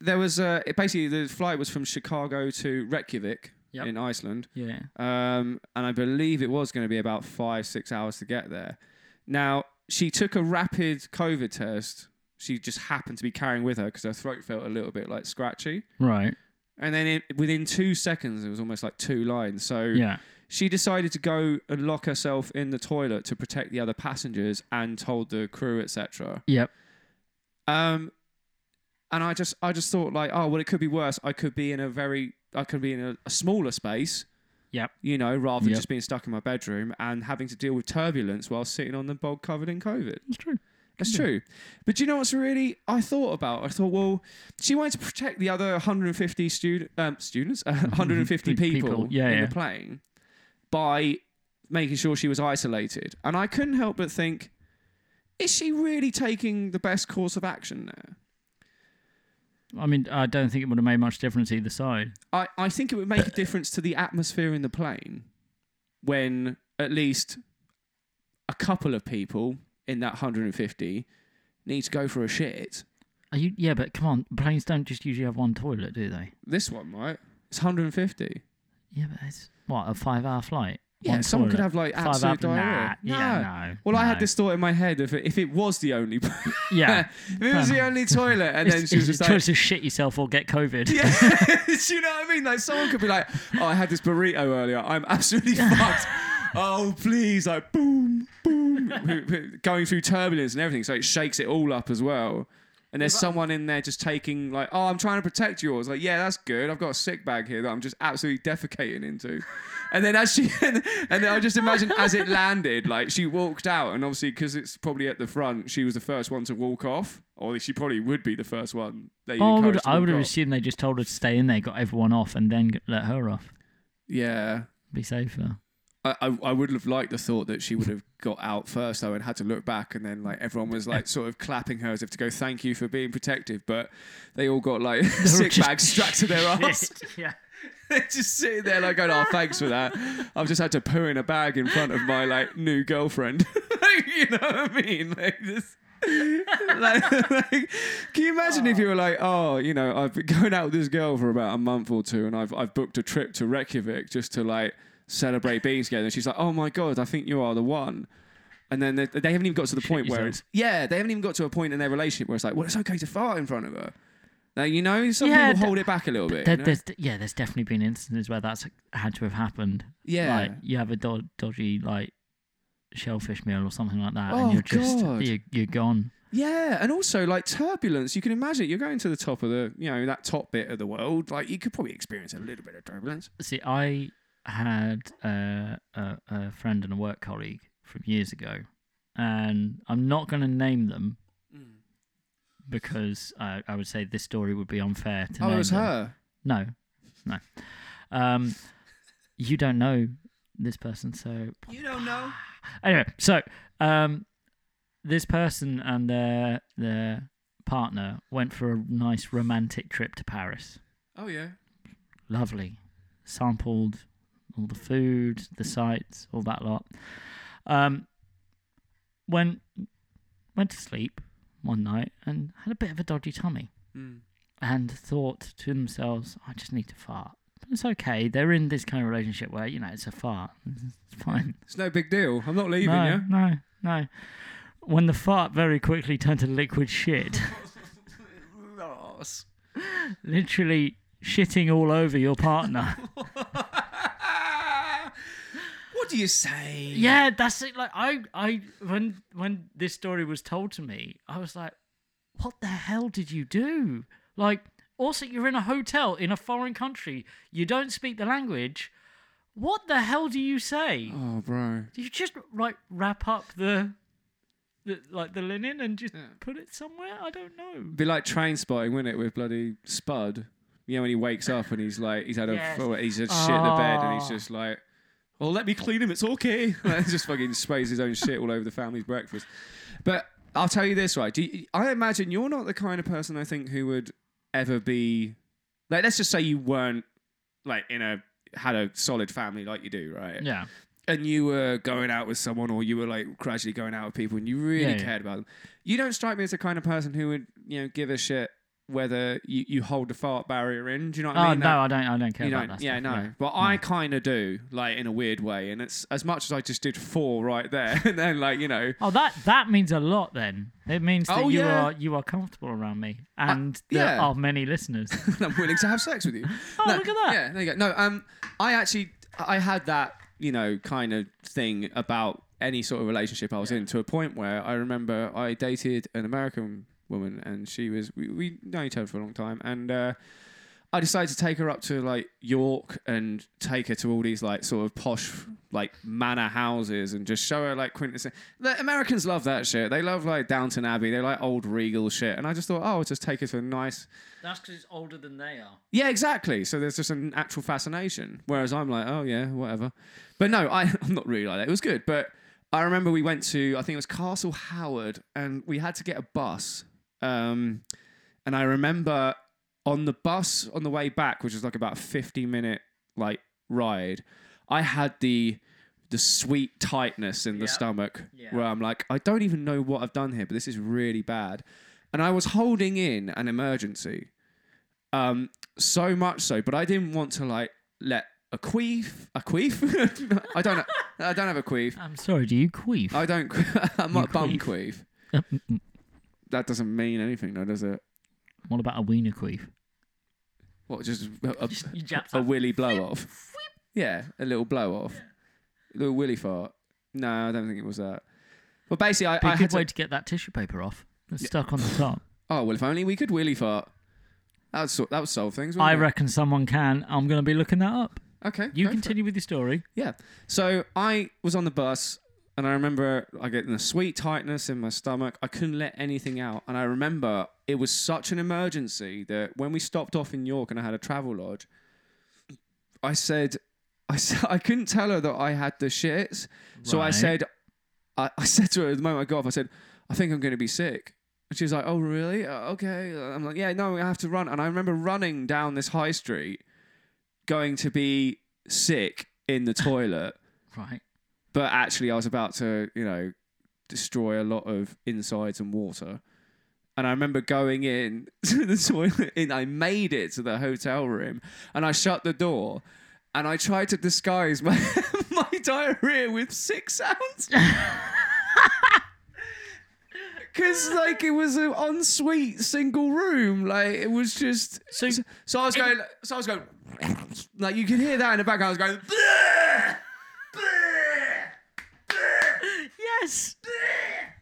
[SPEAKER 1] there was uh, it basically the flight was from Chicago to Reykjavik
[SPEAKER 2] Yep.
[SPEAKER 1] in Iceland,
[SPEAKER 2] Yeah.
[SPEAKER 1] um, and I believe it was going to be about five six hours to get there. Now she took a rapid COVID test. She just happened to be carrying with her because her throat felt a little bit like scratchy.
[SPEAKER 2] Right.
[SPEAKER 1] And then it, within two seconds, it was almost like two lines. So
[SPEAKER 2] Yeah.
[SPEAKER 1] she decided to go and lock herself in the toilet to protect the other passengers and told the crew, etc.
[SPEAKER 2] Yep.
[SPEAKER 1] Um, and I just I just thought like, oh well, it could be worse. I could be in a very I could be in a, a smaller space.
[SPEAKER 2] Yep.
[SPEAKER 1] You know, rather than
[SPEAKER 2] Yep.
[SPEAKER 1] just being stuck in my bedroom and having to deal with turbulence while sitting on the bog covered in COVID.
[SPEAKER 2] That's true.
[SPEAKER 1] That's true. But do you know what's really I thought about? I thought, well, she wanted to protect the other 150 student um,
[SPEAKER 2] *laughs*
[SPEAKER 1] students, *laughs* uh, 150 people,
[SPEAKER 2] People, yeah,
[SPEAKER 1] in
[SPEAKER 2] yeah.
[SPEAKER 1] the plane by making sure she was isolated. And I couldn't help but think, is she really taking the best course of action there?
[SPEAKER 2] I mean, I don't think it would have made much difference either side.
[SPEAKER 1] I, I think it would make a difference to the atmosphere in the plane when at least a couple of people in that 150 need to go for a shit.
[SPEAKER 2] Are you? Yeah, but come on, planes don't just usually have one toilet, do they?
[SPEAKER 1] This one might. It's 150.
[SPEAKER 2] Yeah, but it's what a five-hour flight.
[SPEAKER 1] Yeah,
[SPEAKER 2] One
[SPEAKER 1] someone could
[SPEAKER 2] toilet.
[SPEAKER 1] have like
[SPEAKER 2] five
[SPEAKER 1] absolute
[SPEAKER 2] hour.
[SPEAKER 1] diarrhea.
[SPEAKER 2] Nah, yeah, no.
[SPEAKER 1] Well, I had
[SPEAKER 2] no.
[SPEAKER 1] this thought in my head if it, if it was the only
[SPEAKER 2] *laughs*
[SPEAKER 1] *laughs*
[SPEAKER 2] Yeah,
[SPEAKER 1] if it was the only toilet, and then
[SPEAKER 2] *laughs* It's-
[SPEAKER 1] she was
[SPEAKER 2] it's
[SPEAKER 1] just
[SPEAKER 2] a
[SPEAKER 1] like,
[SPEAKER 2] choice of shit yourself or get
[SPEAKER 1] *laughs*
[SPEAKER 2] COVID.
[SPEAKER 1] yeah,
[SPEAKER 2] *laughs*
[SPEAKER 1] do you know what I mean? Like someone could be like, oh, I had this burrito earlier. I'm
[SPEAKER 2] *laughs*
[SPEAKER 1] absolutely fucked. Oh, please, like boom, boom, *laughs* going through turbulence and everything, so it shakes it all up as well. And there's someone in there just taking like, oh, I'm trying to protect yours. Like, yeah, that's good. I've got a sick bag here that I'm just absolutely defecating
[SPEAKER 2] *laughs*
[SPEAKER 1] into. And then as she, *laughs* and, and then I just imagine as it landed, like she walked out, and obviously because it's probably at the front, she was the first one to walk off, or she probably would be the first one. They
[SPEAKER 2] Oh, I would,
[SPEAKER 1] encouraged to
[SPEAKER 2] I
[SPEAKER 1] walk
[SPEAKER 2] would have
[SPEAKER 1] off.
[SPEAKER 2] assumed they just told her to stay in there, got everyone off, and then g- let her off.
[SPEAKER 1] Yeah. *laughs*
[SPEAKER 2] Be safer.
[SPEAKER 1] I, I, I would have liked the thought that she would have got out first though and had to look back and then like everyone was like sort of clapping her as if to go thank you for being protective but they all got like *laughs* sick
[SPEAKER 2] just-
[SPEAKER 1] bags strapped to their arse
[SPEAKER 2] *laughs* Yeah.
[SPEAKER 1] they're *laughs* just sitting there like going oh thanks for that I've just had to poo in a bag in front of my like new girlfriend *laughs* Like, you know what I mean like just like, like, can you imagine if you were like, oh, you know, I've been going out with this girl for about a month or two, and I've I've booked a trip to Reykjavik just to like celebrate being together. And she's like, oh my god, I think you are the one. And then they, they haven't even got to the point where it's
[SPEAKER 2] yourself.
[SPEAKER 1] yeah, they haven't even got to a point in their relationship where it's like, well, it's okay to fart in front of her. Now you know, some
[SPEAKER 2] Yeah,
[SPEAKER 1] people
[SPEAKER 2] th-
[SPEAKER 1] hold it back a little bit.
[SPEAKER 2] There,
[SPEAKER 1] you know?
[SPEAKER 2] there's, yeah, there's definitely been instances where that's had to have happened.
[SPEAKER 1] Yeah.
[SPEAKER 2] Like, you have a do- dodgy, like, shellfish meal or something like that,
[SPEAKER 1] Oh,
[SPEAKER 2] and you're just,
[SPEAKER 1] God.
[SPEAKER 2] you're, you're gone.
[SPEAKER 1] Yeah, and also like turbulence. You can imagine it. you're going to the top of the, you know, that top bit of the world. Like you could probably experience a little bit of turbulence.
[SPEAKER 2] See, I had uh, a, a friend and a work colleague from years ago, and I'm not going to name them because I, I would say this story would be unfair to
[SPEAKER 1] oh, it
[SPEAKER 2] name
[SPEAKER 1] was
[SPEAKER 2] them.
[SPEAKER 1] her.
[SPEAKER 2] No, no. Um, you don't know this person, so
[SPEAKER 1] You don't know.
[SPEAKER 2] anyway. So, um, this person and their their partner went for a nice romantic trip to Paris.
[SPEAKER 1] Oh yeah.
[SPEAKER 2] Lovely, sampled all the food, the sights, all that lot. Um, went went to sleep one night and had a bit of a dodgy tummy
[SPEAKER 1] Mm.
[SPEAKER 2] and thought to themselves, I just need to fart. But it's okay. They're in this kind of relationship where, you know, it's a fart. *laughs* It's fine.
[SPEAKER 1] It's no big deal. I'm not leaving
[SPEAKER 2] no,
[SPEAKER 1] you.
[SPEAKER 2] no, no. When the fart very quickly turned to liquid shit, *laughs* literally shitting all over your partner.
[SPEAKER 1] *laughs* what do you say?
[SPEAKER 2] yeah, that's it. Like I, I when when this story was told to me, I was like, what the hell did you do? Like also you're in a hotel in a foreign country. You don't speak the language. What the hell do you say?
[SPEAKER 1] Oh, bro.
[SPEAKER 2] Do you just like wrap up the, the like the linen and just put it somewhere? I don't know.
[SPEAKER 1] Be like train spotting, wouldn't it, with bloody Spud? You know, when he wakes up and he's like, he's had a,
[SPEAKER 2] Yes.
[SPEAKER 1] oh, he's just shit in the bed and he's
[SPEAKER 2] Oh.
[SPEAKER 1] just like, oh, let me clean him, it's okay. *laughs* Like, he just fucking sprays his own shit all over the family's breakfast. But I'll tell you this, right? Do you, I imagine you're not the kind of person I think who would ever be, like, let's just say you weren't, like, in a, had a solid family like you do, right?
[SPEAKER 2] Yeah.
[SPEAKER 1] and you were going out with someone or you were like gradually going out with people and you really
[SPEAKER 2] Yeah, yeah.
[SPEAKER 1] cared about them, you don't strike me as the kind of person who would, you know, give a shit whether you, you hold the fart barrier in. Do you know what I
[SPEAKER 2] oh
[SPEAKER 1] mean?
[SPEAKER 2] no, I don't. I don't care
[SPEAKER 1] you
[SPEAKER 2] about
[SPEAKER 1] don't,
[SPEAKER 2] that.
[SPEAKER 1] yeah,
[SPEAKER 2] stuff.
[SPEAKER 1] no. But I kind of do, like in a weird way. And it's as much as I just did four right there, *laughs* and then like you know,
[SPEAKER 2] Oh, that that means a lot. Then it means that
[SPEAKER 1] Oh,
[SPEAKER 2] you
[SPEAKER 1] yeah. Uh,
[SPEAKER 2] are you are comfortable around me, and there
[SPEAKER 1] yeah.
[SPEAKER 2] are many listeners.
[SPEAKER 1] *laughs* I'm willing to have sex with you.
[SPEAKER 2] *laughs* Oh,
[SPEAKER 1] No,
[SPEAKER 2] look at that.
[SPEAKER 1] Yeah, there you go. No, um, I actually, I had that, you know, kind of thing about any sort of relationship I was in to a point where I remember I dated an American woman and she was, we, we known each other for a long time and, uh, I decided to take her up to like York and take her to all these like sort of posh like manor houses and just show her like quintessence. The Americans love that shit. They love like Downton Abbey. They like old regal shit. And I just thought, oh, I'll just take her to a nice.
[SPEAKER 3] That's because it's older than they are.
[SPEAKER 1] Yeah, exactly. So there's just an actual fascination. Whereas I'm like, oh yeah, whatever. But no, I, *laughs* I'm not really like that. It was good, but I remember we went to I think it was Castle Howard, and we had to get a bus. Um, and I remember on the bus on the way back, which was like about a 50 minute like ride, I had the the sweet tightness in the
[SPEAKER 3] Yeah.
[SPEAKER 1] stomach
[SPEAKER 3] Yeah.
[SPEAKER 1] where I'm like, I don't even know what I've done here, but this is really bad. And I was holding in an emergency. Um, so much so, but I didn't want to like let a queef a queef. *laughs* I don't I don't have a queef.
[SPEAKER 2] I'm sorry, do you queef?
[SPEAKER 1] I don't. *laughs* I'm
[SPEAKER 2] You
[SPEAKER 1] not bum
[SPEAKER 2] queef.
[SPEAKER 1] queef.
[SPEAKER 2] *laughs*
[SPEAKER 1] That doesn't mean anything, though, does it?
[SPEAKER 2] what about a wiener queef?
[SPEAKER 1] What just a, a,
[SPEAKER 3] You japs
[SPEAKER 1] a willy blow off? Yeah, a little blow off, a little willy fart. No, I don't think it was that. Well, basically, I,
[SPEAKER 2] Be a
[SPEAKER 1] I
[SPEAKER 2] good
[SPEAKER 1] had
[SPEAKER 2] way
[SPEAKER 1] to,
[SPEAKER 2] to get that tissue paper off. That's stuck on the
[SPEAKER 1] *laughs*
[SPEAKER 2] top.
[SPEAKER 1] Oh well, if only we could willy fart. That would sort, that would solve things. wouldn't
[SPEAKER 2] I
[SPEAKER 1] it?
[SPEAKER 2] reckon someone can. I'm going to be looking that up.
[SPEAKER 1] Okay,
[SPEAKER 2] You
[SPEAKER 1] go for it.
[SPEAKER 2] continue with your story.
[SPEAKER 1] Yeah. So I was on the bus and I remember I getting a sweet tightness in my stomach. I couldn't let anything out. And I remember it was such an emergency that when we stopped off in York and I had a travel lodge, I said, I, s- *laughs* I couldn't tell her that I had the shits. So I
[SPEAKER 2] Right.
[SPEAKER 1] said, I, I said to her the moment I got off, I said, I think I'm going to be sick. And she was like, Oh, really? Uh, okay. I'm like, Yeah, no, I have to run. And I remember running down this high street going to be sick in the toilet,
[SPEAKER 2] Right.
[SPEAKER 1] but actually I was about to, you know, destroy a lot of insides and water. And I remember going in *laughs* to the toilet and I made it to the hotel room and I shut the door and I tried to disguise my, *laughs* my diarrhea with sick sounds. *laughs* Cause like it was an ensuite single room, like it was just.
[SPEAKER 3] So-
[SPEAKER 1] So, so I was going, so I was going, like you could hear that in the background. I was going.
[SPEAKER 3] *laughs* Yes.
[SPEAKER 1] I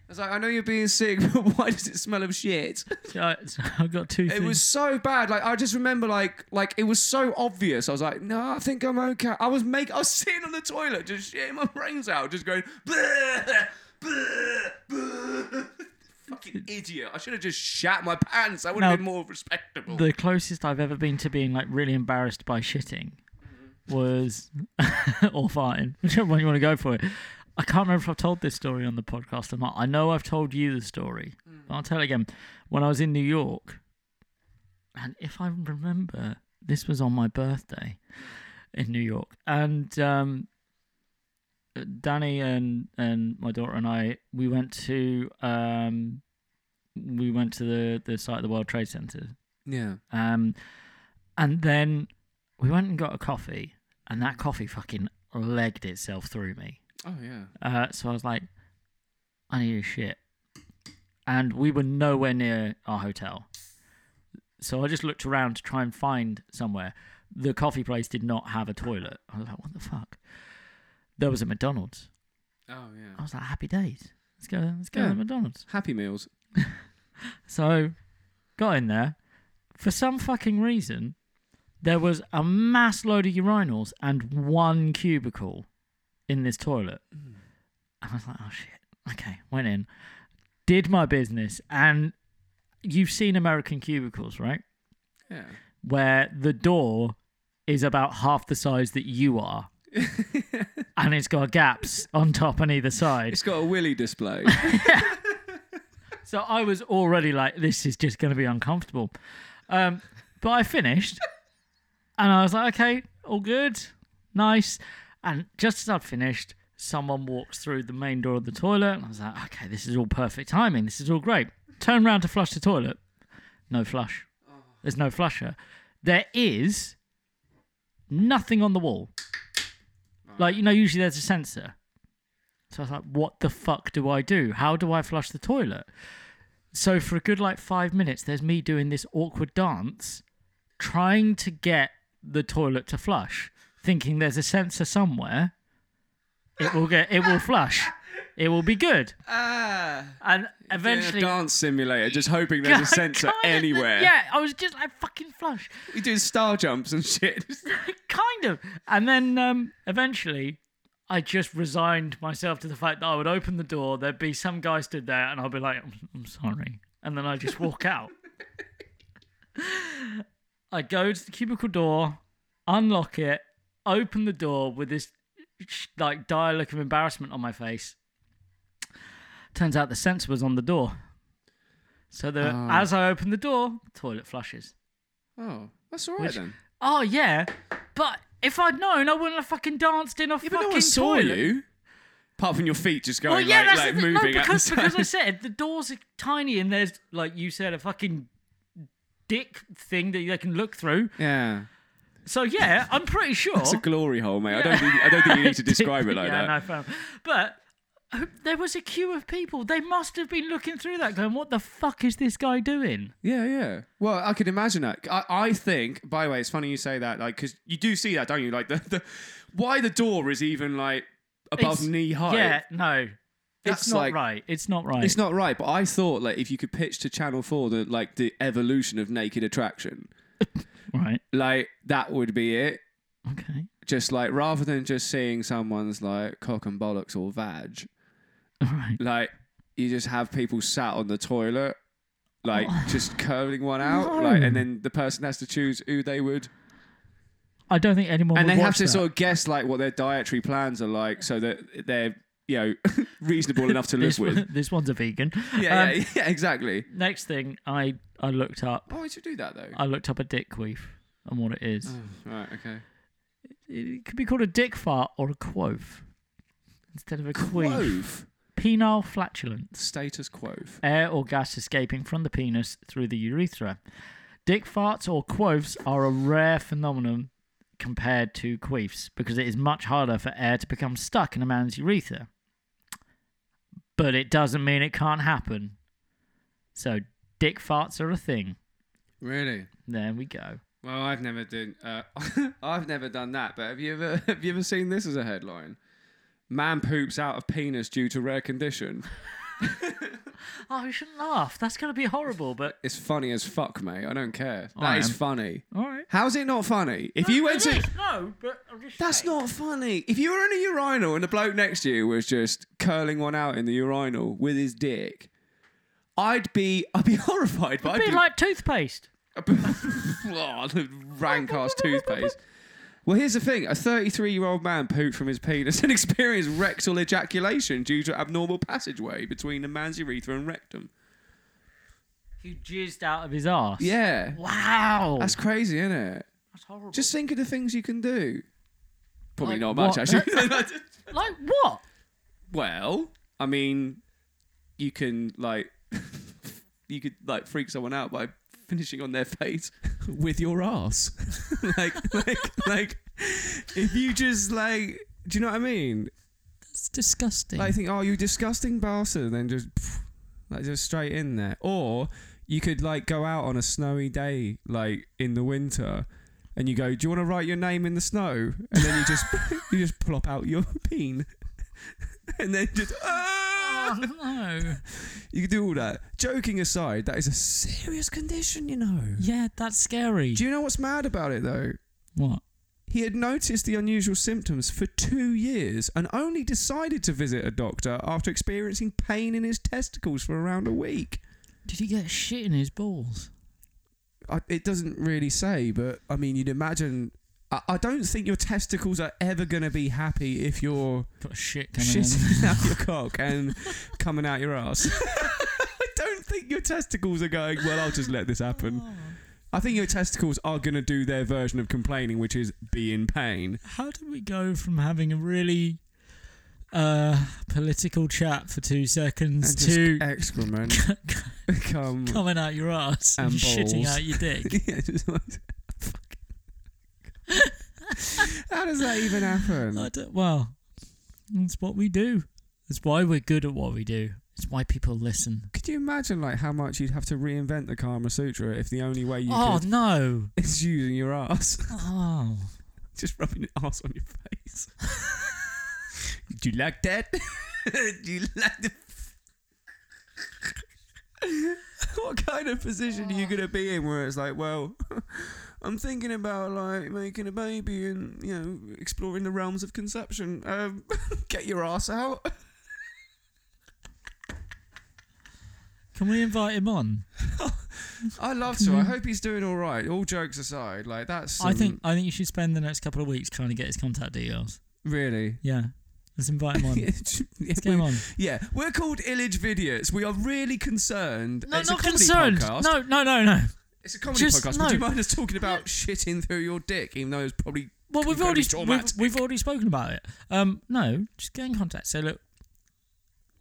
[SPEAKER 1] was like, I know you're being sick, *laughs* but why does it smell of shit?
[SPEAKER 2] So, I, so I've got two
[SPEAKER 1] It
[SPEAKER 2] things.
[SPEAKER 1] was so bad. Like I just remember, like like it was so obvious. I was like, no, I think I'm okay. I was make I was *laughs* sitting on the toilet, just shitting my brains out, just going. "Bleh, bleh, bleh." Fucking idiot! I should have just shat my pants. That would have
[SPEAKER 2] No.
[SPEAKER 1] been more respectable.
[SPEAKER 2] the closest I've ever been to being like really embarrassed by shitting was *laughs* or farting, *laughs* whichever one you want to go for it. I can't remember if I've told this story on the podcast or not. I know I've told you the story, but I'll tell it again. When I was in New York, and if I remember, this was on my birthday in New York, and um, Danny and and my daughter and I we went to um, we went to the the site of the World Trade Center
[SPEAKER 1] yeah.
[SPEAKER 2] um, and then we went and got a coffee, and that coffee fucking legged itself through me.
[SPEAKER 1] Oh yeah.
[SPEAKER 2] Uh, so I was like, I need a shit. And we were nowhere near our hotel. So I just looked around to try and find somewhere. The coffee place did not have a toilet. I was like, what the fuck? There was a McDonald's.
[SPEAKER 1] Oh
[SPEAKER 2] I
[SPEAKER 1] yeah.
[SPEAKER 2] was like, happy days. Let's go, let's go
[SPEAKER 1] Yeah.
[SPEAKER 2] to the McDonald's.
[SPEAKER 1] Happy meals.
[SPEAKER 2] So, got in there. For some fucking reason, there was a mass load of urinals and one cubicle in this toilet. And I was like, oh shit. Okay, went in, did my business. And you've seen American cubicles, right?
[SPEAKER 1] Yeah.
[SPEAKER 2] Where the door is about half the size that you are. and it's got gaps on top and either side.
[SPEAKER 1] It's got a willy display.
[SPEAKER 2] So I was already like, this is just going to be uncomfortable. Um, but I finished and I was like, okay, all good, nice. And just as I'd finished, someone walks through the main door of the toilet. And I was like, okay, this is all perfect timing. This is all great. Turn around to flush the toilet. No flush. There's no flusher. There is nothing on the wall. Like, you know, usually there's a sensor. So I was like, what the fuck do I do? How do I flush the toilet? So for a good like five minutes, there's me doing this awkward dance, trying to get the toilet to flush, thinking there's a sensor somewhere. It will get it will flush. It will be good.
[SPEAKER 1] *laughs* Ah.
[SPEAKER 2] And
[SPEAKER 1] Doing
[SPEAKER 2] eventually. *laughs*
[SPEAKER 1] a dance simulator, just hoping there's a sensor
[SPEAKER 2] Kinda-
[SPEAKER 1] anywhere.
[SPEAKER 2] Yeah, I was just like fucking flush.
[SPEAKER 1] We do star jumps and shit. *laughs*
[SPEAKER 2] kind of. And then um, eventually, I just resigned myself to the fact that I would open the door, there'd be some guy stood there, and I'd be like, I'm, I'm sorry. And then I just walk out. I go to the cubicle door, unlock it, open the door with this like dire look of embarrassment on my face. Turns out the sensor was on the door. So the,
[SPEAKER 1] Oh.
[SPEAKER 2] as I open the door, the toilet flushes.
[SPEAKER 1] Oh, that's all right
[SPEAKER 2] Which-
[SPEAKER 1] then.
[SPEAKER 2] Oh yeah, but if I'd known, I wouldn't have fucking danced in a
[SPEAKER 1] Yeah,
[SPEAKER 2] fucking
[SPEAKER 1] but no one saw
[SPEAKER 2] toilet.
[SPEAKER 1] you. Apart from your feet just going
[SPEAKER 2] Well, yeah,
[SPEAKER 1] like,
[SPEAKER 2] that's
[SPEAKER 1] like
[SPEAKER 2] the thing.
[SPEAKER 1] moving
[SPEAKER 2] no,
[SPEAKER 1] at the
[SPEAKER 2] because
[SPEAKER 1] same-
[SPEAKER 2] because I said the doors are tiny and there's like you said a fucking dick thing that they can look through.
[SPEAKER 1] Yeah,
[SPEAKER 2] So yeah,
[SPEAKER 1] *laughs*
[SPEAKER 2] I'm pretty sure.
[SPEAKER 1] it's a glory hole, mate. I don't think I don't think you
[SPEAKER 2] *laughs*
[SPEAKER 1] need to describe it like
[SPEAKER 2] yeah,
[SPEAKER 1] that.
[SPEAKER 2] no, fair enough. But uh, there was a queue of people. They must have been looking through that, going, "What the fuck is this guy doing?"
[SPEAKER 1] Yeah, yeah. Well, I could imagine that. I, I think, by the way, it's funny you say that, like, because you do see that, don't you? Like, the, the why the door is even like above
[SPEAKER 2] It's-
[SPEAKER 1] knee high.
[SPEAKER 2] Yeah, no,
[SPEAKER 1] That's
[SPEAKER 2] it's not
[SPEAKER 1] like-
[SPEAKER 2] right. It's not right.
[SPEAKER 1] It's not right, but I thought like if you could pitch to Channel Four the like the evolution of naked attraction,
[SPEAKER 2] right.
[SPEAKER 1] like that would be it.
[SPEAKER 2] Okay.
[SPEAKER 1] Just like rather than just seeing someone's like cock and bollocks or vag,
[SPEAKER 2] All right.
[SPEAKER 1] like you just have people sat on the toilet, like just curling one out, like, and then the person has to choose who they would
[SPEAKER 2] I don't think anyone.
[SPEAKER 1] and
[SPEAKER 2] would
[SPEAKER 1] they have
[SPEAKER 2] watch
[SPEAKER 1] to
[SPEAKER 2] that.
[SPEAKER 1] sort of guess like what their dietary plans are like so that they're you know *laughs* reasonable enough to live
[SPEAKER 2] this,
[SPEAKER 1] with
[SPEAKER 2] *laughs* this one's a vegan.
[SPEAKER 1] *laughs* yeah,
[SPEAKER 2] Um,
[SPEAKER 1] yeah yeah exactly
[SPEAKER 2] Next thing, I I looked up.
[SPEAKER 1] oh we should do that though
[SPEAKER 2] I looked up a dick queef and what it is.
[SPEAKER 1] Mm. right okay
[SPEAKER 2] It could be called a dick fart or a quof instead of a queef.
[SPEAKER 1] quove
[SPEAKER 2] Penile flatulence.
[SPEAKER 1] status quove
[SPEAKER 2] air or gas escaping from the penis through the urethra. Dick farts or quoves are a rare phenomenon compared to queefs because it is much harder for air to become stuck in a man's urethra. But it doesn't mean it can't happen. So dick farts are a thing.
[SPEAKER 1] really
[SPEAKER 2] There we go.
[SPEAKER 1] well i've never done uh, *laughs* i've never done that but have you ever *laughs* have you ever seen this as a headline man poops out of penis due to rare condition
[SPEAKER 2] Oh, you shouldn't laugh. That's going to be horrible, but
[SPEAKER 1] it's funny as fuck mate i don't care That
[SPEAKER 2] I
[SPEAKER 1] is
[SPEAKER 2] am.
[SPEAKER 1] funny
[SPEAKER 2] all right.
[SPEAKER 1] how's it not funny if you went to
[SPEAKER 2] No, but I'm just
[SPEAKER 1] That's not funny. If you were in a urinal and the bloke next to you was just curling one out in the urinal with his dick, I'd be *laughs* I'd be horrified. But I'd
[SPEAKER 2] be
[SPEAKER 1] be
[SPEAKER 2] like toothpaste.
[SPEAKER 1] *laughs* oh, the rank ass toothpaste. Well, here's the thing: a 33 year old man pooped from his penis and *laughs* experienced rectal ejaculation due to abnormal passageway between the man's urethra and rectum.
[SPEAKER 2] He jizzed out of his ass.
[SPEAKER 1] Yeah,
[SPEAKER 2] Wow.
[SPEAKER 1] that's crazy, isn't it?
[SPEAKER 2] That's horrible.
[SPEAKER 1] Just think of the things you can do. Probably
[SPEAKER 2] Like
[SPEAKER 1] not much,
[SPEAKER 2] what? *laughs*
[SPEAKER 1] actually. *laughs*
[SPEAKER 2] like what?
[SPEAKER 1] Well, I mean, you can like *laughs* you could like freak someone out by finishing on their face *laughs* with your ass. *laughs* like like like if you just like do you know what I mean?
[SPEAKER 4] It's disgusting. *laughs*
[SPEAKER 1] Like think, oh you disgusting bastard, then just pff, like just straight in there. Or you could like go out on a snowy day, like in the winter, and you go, Do you wanna write your name in the snow? And then you just you just plop out your *laughs* peen. And then just ah!
[SPEAKER 4] no.
[SPEAKER 1] You can do all that. Joking aside, that is a serious condition, you know.
[SPEAKER 4] Yeah, that's scary.
[SPEAKER 1] Do you know what's mad about it, though?
[SPEAKER 4] What?
[SPEAKER 1] He had noticed the unusual symptoms for two years and only decided to visit a doctor after experiencing pain in his testicles for around a week.
[SPEAKER 4] Did he get shit in his balls?
[SPEAKER 1] I, it doesn't really say, but I mean, you'd imagine. I, I don't think your testicles are ever going to be happy if you're
[SPEAKER 4] Got shit coming in.
[SPEAKER 1] shitting *laughs* out your cock and coming out your ass. *laughs* I don't think your testicles are going, well, I'll just let this happen. I think your testicles are going to do their version of complaining, which is be in pain.
[SPEAKER 4] How did we go from having a really uh, political chat for two seconds to
[SPEAKER 1] excrement come. *laughs*
[SPEAKER 4] coming out your ass and,
[SPEAKER 1] And
[SPEAKER 4] shitting
[SPEAKER 1] balls.
[SPEAKER 4] out your
[SPEAKER 1] *laughs*
[SPEAKER 4] dick?
[SPEAKER 1] Yeah, just like- fuck. How does that even
[SPEAKER 4] I
[SPEAKER 2] Oh.
[SPEAKER 1] happen?
[SPEAKER 4] don't, well, that's what we do. That's why we're good at what we do. It's why people listen.
[SPEAKER 1] Could you imagine like how much you'd have to reinvent the Karma Sutra if the only way you
[SPEAKER 4] oh
[SPEAKER 1] could
[SPEAKER 4] no!
[SPEAKER 1] is using your ass,
[SPEAKER 4] Oh,
[SPEAKER 1] *laughs* just rubbing your ass on your face? *laughs* Do you like that? you land. what kind of position are you gonna be in where it's like, well, *laughs* I'm thinking about like making a baby and you know exploring the realms of conception. Um, *laughs* get your ass out.
[SPEAKER 2] Can we invite him on?
[SPEAKER 1] I love to. I hope he's doing all right. All jokes aside, like that's.
[SPEAKER 2] I
[SPEAKER 1] um,
[SPEAKER 2] think I think you should spend the next couple of weeks trying to get his contact details.
[SPEAKER 1] really. *laughs*
[SPEAKER 2] Yeah, let's invite *laughs* him on.
[SPEAKER 1] Yeah,
[SPEAKER 2] Let's get him
[SPEAKER 1] we-
[SPEAKER 2] on.
[SPEAKER 1] yeah, we're called Illage Vidiots. We are really concerned.
[SPEAKER 5] No,
[SPEAKER 1] it's
[SPEAKER 5] not
[SPEAKER 1] a comedy
[SPEAKER 5] concerned.
[SPEAKER 1] Podcast.
[SPEAKER 5] No, no, no, no.
[SPEAKER 1] It's a comedy
[SPEAKER 5] Just-
[SPEAKER 1] podcast.
[SPEAKER 5] no.
[SPEAKER 1] Would you mind us talking about shitting through your dick, even though it's probably
[SPEAKER 2] Well, we've
[SPEAKER 1] Very
[SPEAKER 2] already we've,
[SPEAKER 1] traumatic.
[SPEAKER 2] we've already spoken about it. Um, no, just get in contact. So look,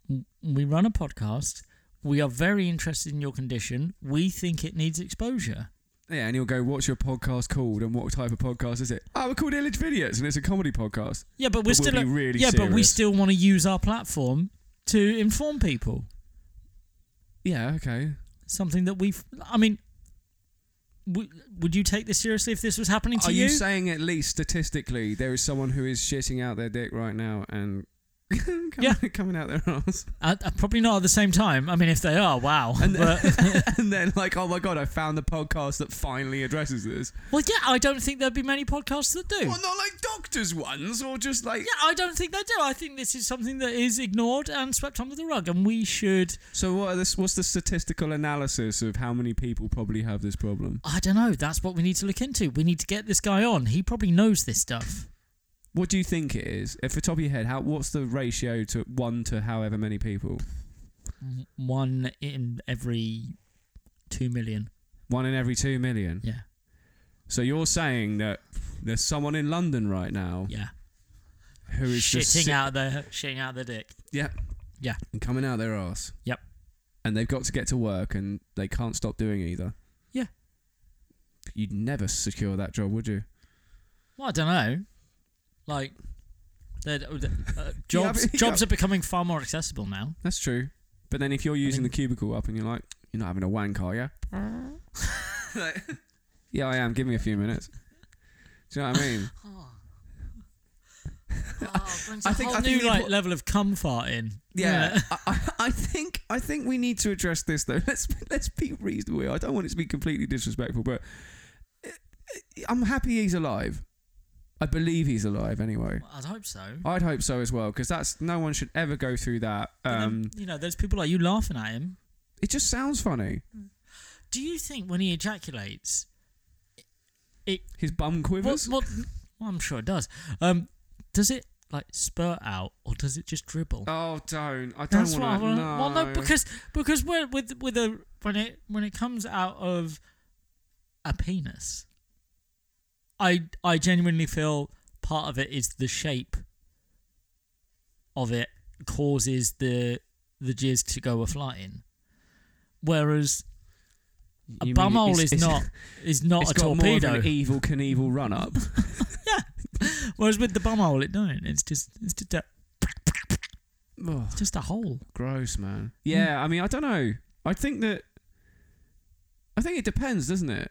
[SPEAKER 2] w- we run a podcast. We are very interested in your condition. We think it needs exposure.
[SPEAKER 1] yeah? And you'll go, "What's your podcast called? And what type of podcast is it?" Oh, we're called Illage Vidiots, and it's a comedy podcast.
[SPEAKER 2] Yeah, but we're
[SPEAKER 1] But we'll
[SPEAKER 2] still
[SPEAKER 1] be really
[SPEAKER 2] yeah, but we
[SPEAKER 1] serious.
[SPEAKER 2] still want to use our platform to inform people
[SPEAKER 1] Yeah, okay.
[SPEAKER 2] something that we've. I mean, w- would you take this seriously if this was happening to
[SPEAKER 1] Are you saying at least statistically there is someone who is shitting out their dick right now and *laughs* coming,
[SPEAKER 2] Yeah.
[SPEAKER 1] *laughs* coming out their ass?
[SPEAKER 2] Uh, uh, probably not at the same time. I mean, if they are, wow.
[SPEAKER 1] And uh,
[SPEAKER 2] but,
[SPEAKER 1] then, *laughs* and then like, oh my god, I found the podcast that finally addresses this.
[SPEAKER 2] well, yeah, I don't think there'd be many podcasts that do.
[SPEAKER 1] Well, not like doctors' ones, or just like.
[SPEAKER 2] Yeah, I don't think they do. I think this is something that is ignored and swept under the rug, and we should.
[SPEAKER 1] So what? Are this, what's the statistical analysis of how many people probably have this problem?
[SPEAKER 2] I don't know. That's what we need to look into. We need to get this guy on. He probably knows this stuff.
[SPEAKER 1] What do you think it is? If the top of your head, how what's the ratio to one to however many people?
[SPEAKER 2] One in every two million.
[SPEAKER 1] One in every two million.
[SPEAKER 2] Yeah,
[SPEAKER 1] So you're saying that there's someone in London right now
[SPEAKER 2] yeah.
[SPEAKER 1] who is
[SPEAKER 2] shitting
[SPEAKER 1] just si-
[SPEAKER 2] out their shitting out their dick.
[SPEAKER 1] Yeah.
[SPEAKER 2] Yeah.
[SPEAKER 1] And coming out their ass.
[SPEAKER 2] Yep.
[SPEAKER 1] And they've got to get to work, and they can't stop doing either.
[SPEAKER 2] Yeah.
[SPEAKER 1] You'd never secure that job, would you?
[SPEAKER 2] Well, I don't know. Like, they're, uh, jobs
[SPEAKER 1] but you
[SPEAKER 2] jobs are becoming far more accessible now.
[SPEAKER 1] That's true. But then if you're using
[SPEAKER 2] mean- Ah.
[SPEAKER 1] the cubicle up and you're like, you're not having a wank, are *laughs* you? Like, yeah, I am. Give me a few minutes. Do you know what I
[SPEAKER 2] *laughs*
[SPEAKER 1] mean?
[SPEAKER 2] I
[SPEAKER 1] *laughs* I
[SPEAKER 2] think
[SPEAKER 1] think-
[SPEAKER 2] Oh, whole
[SPEAKER 1] I think
[SPEAKER 2] new
[SPEAKER 1] the
[SPEAKER 2] like
[SPEAKER 1] impor-
[SPEAKER 2] level of cum farting.
[SPEAKER 1] Yeah, I, I- I think I think we need to address this though. *laughs* Let's let's be reasonable. here. I don't want it to be completely disrespectful, but eh, I'm happy he's alive. I believe he's alive anyway.
[SPEAKER 2] Well, I'd hope so.
[SPEAKER 1] I'd hope so as well, because that's no one should ever go through that.
[SPEAKER 2] But then,
[SPEAKER 1] Um,
[SPEAKER 2] you know, there's people like you laughing at him.
[SPEAKER 1] it just sounds funny.
[SPEAKER 2] Do you think when he ejaculates,
[SPEAKER 1] His bum
[SPEAKER 2] what,
[SPEAKER 1] quivers.
[SPEAKER 2] what, well, I'm sure it does. Um, does it like spurt out or does it just dribble?
[SPEAKER 1] Oh, don't! I don't
[SPEAKER 2] That's what I
[SPEAKER 1] want to.
[SPEAKER 2] want.
[SPEAKER 1] No.
[SPEAKER 2] Well, no, because because when, with with a when it when it comes out of a penis, I I genuinely feel part of it is the shape of it causes the the jizz to go a flying, whereas a
[SPEAKER 1] You mean
[SPEAKER 2] bumhole
[SPEAKER 1] it's-
[SPEAKER 2] is
[SPEAKER 1] it's- *laughs*
[SPEAKER 2] not is not
[SPEAKER 1] It's
[SPEAKER 2] a
[SPEAKER 1] got more of
[SPEAKER 2] torpedo.
[SPEAKER 1] an evil Knievel run
[SPEAKER 2] *laughs*
[SPEAKER 1] up.
[SPEAKER 2] Whereas with the bumhole, it don't. It's just it's just a,
[SPEAKER 1] oh,
[SPEAKER 2] it's just a hole.
[SPEAKER 1] gross, man. Yeah, I mean, I don't know. I think that. I think it depends, doesn't it?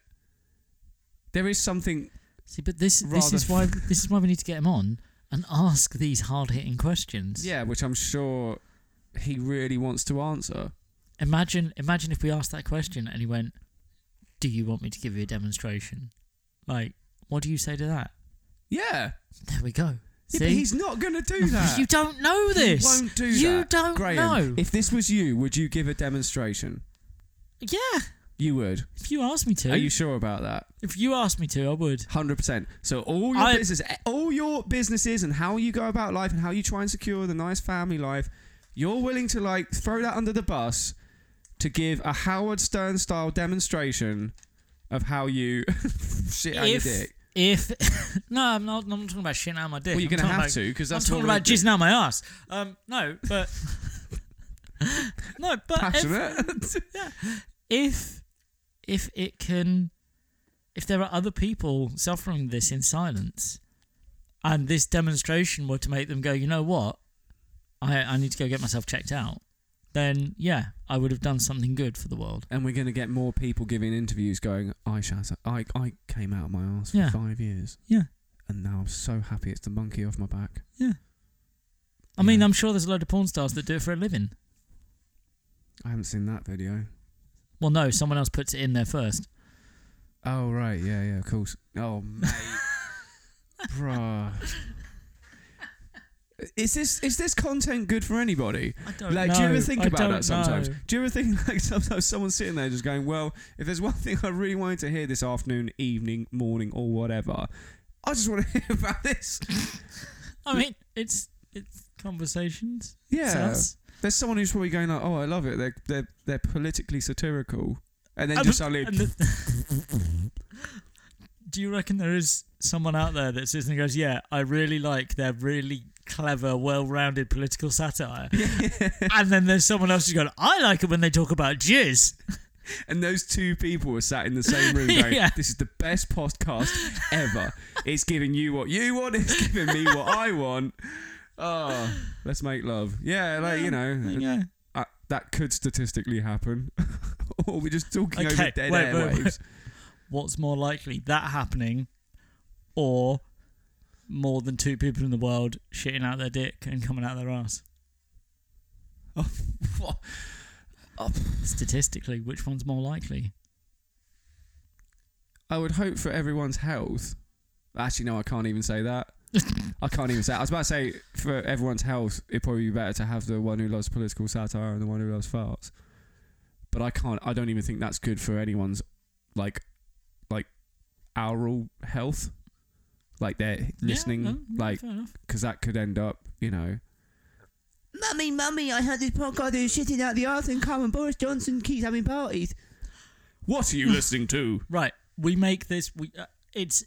[SPEAKER 1] There is something.
[SPEAKER 2] See, but this this
[SPEAKER 1] Rather
[SPEAKER 2] is why this is why we need to get him on and ask these hard hitting questions.
[SPEAKER 1] Yeah, which I'm sure he really wants to answer.
[SPEAKER 2] Imagine imagine if we asked that question and he went, "Do you want me to give you a demonstration?" Like, what do you say to that?
[SPEAKER 1] Yeah.
[SPEAKER 2] There we go.
[SPEAKER 1] Yeah,
[SPEAKER 2] See,
[SPEAKER 1] but he's not going to do that.
[SPEAKER 2] *laughs* you don't know this.
[SPEAKER 1] He won't do
[SPEAKER 2] you
[SPEAKER 1] that.
[SPEAKER 2] don't
[SPEAKER 1] Graham,
[SPEAKER 2] know.
[SPEAKER 1] If this was you, would you give a demonstration?
[SPEAKER 2] yeah,
[SPEAKER 1] You would.
[SPEAKER 2] if you asked me to,
[SPEAKER 1] Are you sure about that?
[SPEAKER 2] if you asked me to, I would.
[SPEAKER 1] Hundred percent. So all your
[SPEAKER 2] I-
[SPEAKER 1] business, all your businesses, and how you go about life, and how you try and secure the nice family life, you're willing to like throw that under the bus to give a Howard Stern style demonstration of how you *laughs* shit out your
[SPEAKER 2] If-
[SPEAKER 1] dick.
[SPEAKER 2] If *laughs* no, I'm not. I'm not talking about shit out of my dick.
[SPEAKER 1] Well, you're
[SPEAKER 2] I'm
[SPEAKER 1] gonna
[SPEAKER 2] talking
[SPEAKER 1] have
[SPEAKER 2] about-
[SPEAKER 1] to because
[SPEAKER 2] I'm
[SPEAKER 1] that's
[SPEAKER 2] talking
[SPEAKER 1] what
[SPEAKER 2] about jizzing out my ass. Um, no, but *laughs* no, but if,
[SPEAKER 1] passionate. *laughs*
[SPEAKER 2] if if it can, if there are other people suffering this in silence, and this demonstration were to make them go, you know what, I I need to go get myself checked out, then yeah, I would have done something good for the world.
[SPEAKER 1] and we're gonna get more people giving interviews going, I shas, I I came out of my ass for
[SPEAKER 2] Yeah.
[SPEAKER 1] five years.
[SPEAKER 2] Yeah.
[SPEAKER 1] And now I'm so happy it's the monkey off my back.
[SPEAKER 2] Yeah. I mean, I'm sure there's a load of porn stars that do it for a living.
[SPEAKER 1] I haven't seen that video.
[SPEAKER 2] Well, no, someone else puts it in there first.
[SPEAKER 1] Oh right, yeah, yeah, of course. Oh
[SPEAKER 2] *laughs*
[SPEAKER 1] mate, bruh. Is this is this content good for anybody?
[SPEAKER 2] I don't
[SPEAKER 1] Like,
[SPEAKER 2] know.
[SPEAKER 1] do you ever think
[SPEAKER 2] I
[SPEAKER 1] about
[SPEAKER 2] don't
[SPEAKER 1] that sometimes?
[SPEAKER 2] know.
[SPEAKER 1] Do you ever think *laughs* like sometimes someone's sitting there just going, "Well, if there's one thing I really wanted to hear this afternoon, evening, morning, or whatever, I just want to *laughs* hear about this."
[SPEAKER 2] I mean, it's it's conversations.
[SPEAKER 1] Yeah,
[SPEAKER 2] It's us.
[SPEAKER 1] there's someone who's probably going like, "Oh, I love it. They're they're they're politically satirical," and then
[SPEAKER 2] And
[SPEAKER 1] just
[SPEAKER 2] the-
[SPEAKER 1] suddenly,
[SPEAKER 2] and the- *laughs* do you reckon there is someone out there that sits and goes, "Yeah, I really like their really clever, well-rounded political satire," and then there's someone else who's going, "I like it when they talk about jizz."
[SPEAKER 1] and those two people were sat in the same
[SPEAKER 2] *laughs*
[SPEAKER 1] room going,
[SPEAKER 2] Yeah.
[SPEAKER 1] "This is the best podcast ever. it's giving you what you want. It's giving me what I want." Oh, let's make love. Yeah, like you know,
[SPEAKER 2] Yeah.
[SPEAKER 1] uh, that could statistically happen. *laughs* or we're just talking over
[SPEAKER 2] Okay,
[SPEAKER 1] dead
[SPEAKER 2] wait, wait,
[SPEAKER 1] airwaves.
[SPEAKER 2] *laughs* wait. What's more likely, that happening, or more than two people in the world shitting out their dick and coming out their ass?
[SPEAKER 1] What?
[SPEAKER 2] Statistically, which one's more likely?
[SPEAKER 1] I would hope for everyone's health. Actually, no, I can't even say
[SPEAKER 2] *laughs*
[SPEAKER 1] that. I can't even say. I was about to say for everyone's health, it'd probably be better to have the one who loves political satire and the one who loves farts. But I can't. I don't even think that's good for anyone's like, like, oral health. Like they're listening,
[SPEAKER 2] Yeah,
[SPEAKER 1] like 'cause like
[SPEAKER 2] no, fair enough.
[SPEAKER 1] because that could end up, you know.
[SPEAKER 6] Mummy, mummy, I heard this podcast is shitting out the arse and Carmen Boris Johnson keeps having parties.
[SPEAKER 1] What are you listening to?
[SPEAKER 2] right. We make this. We uh, it's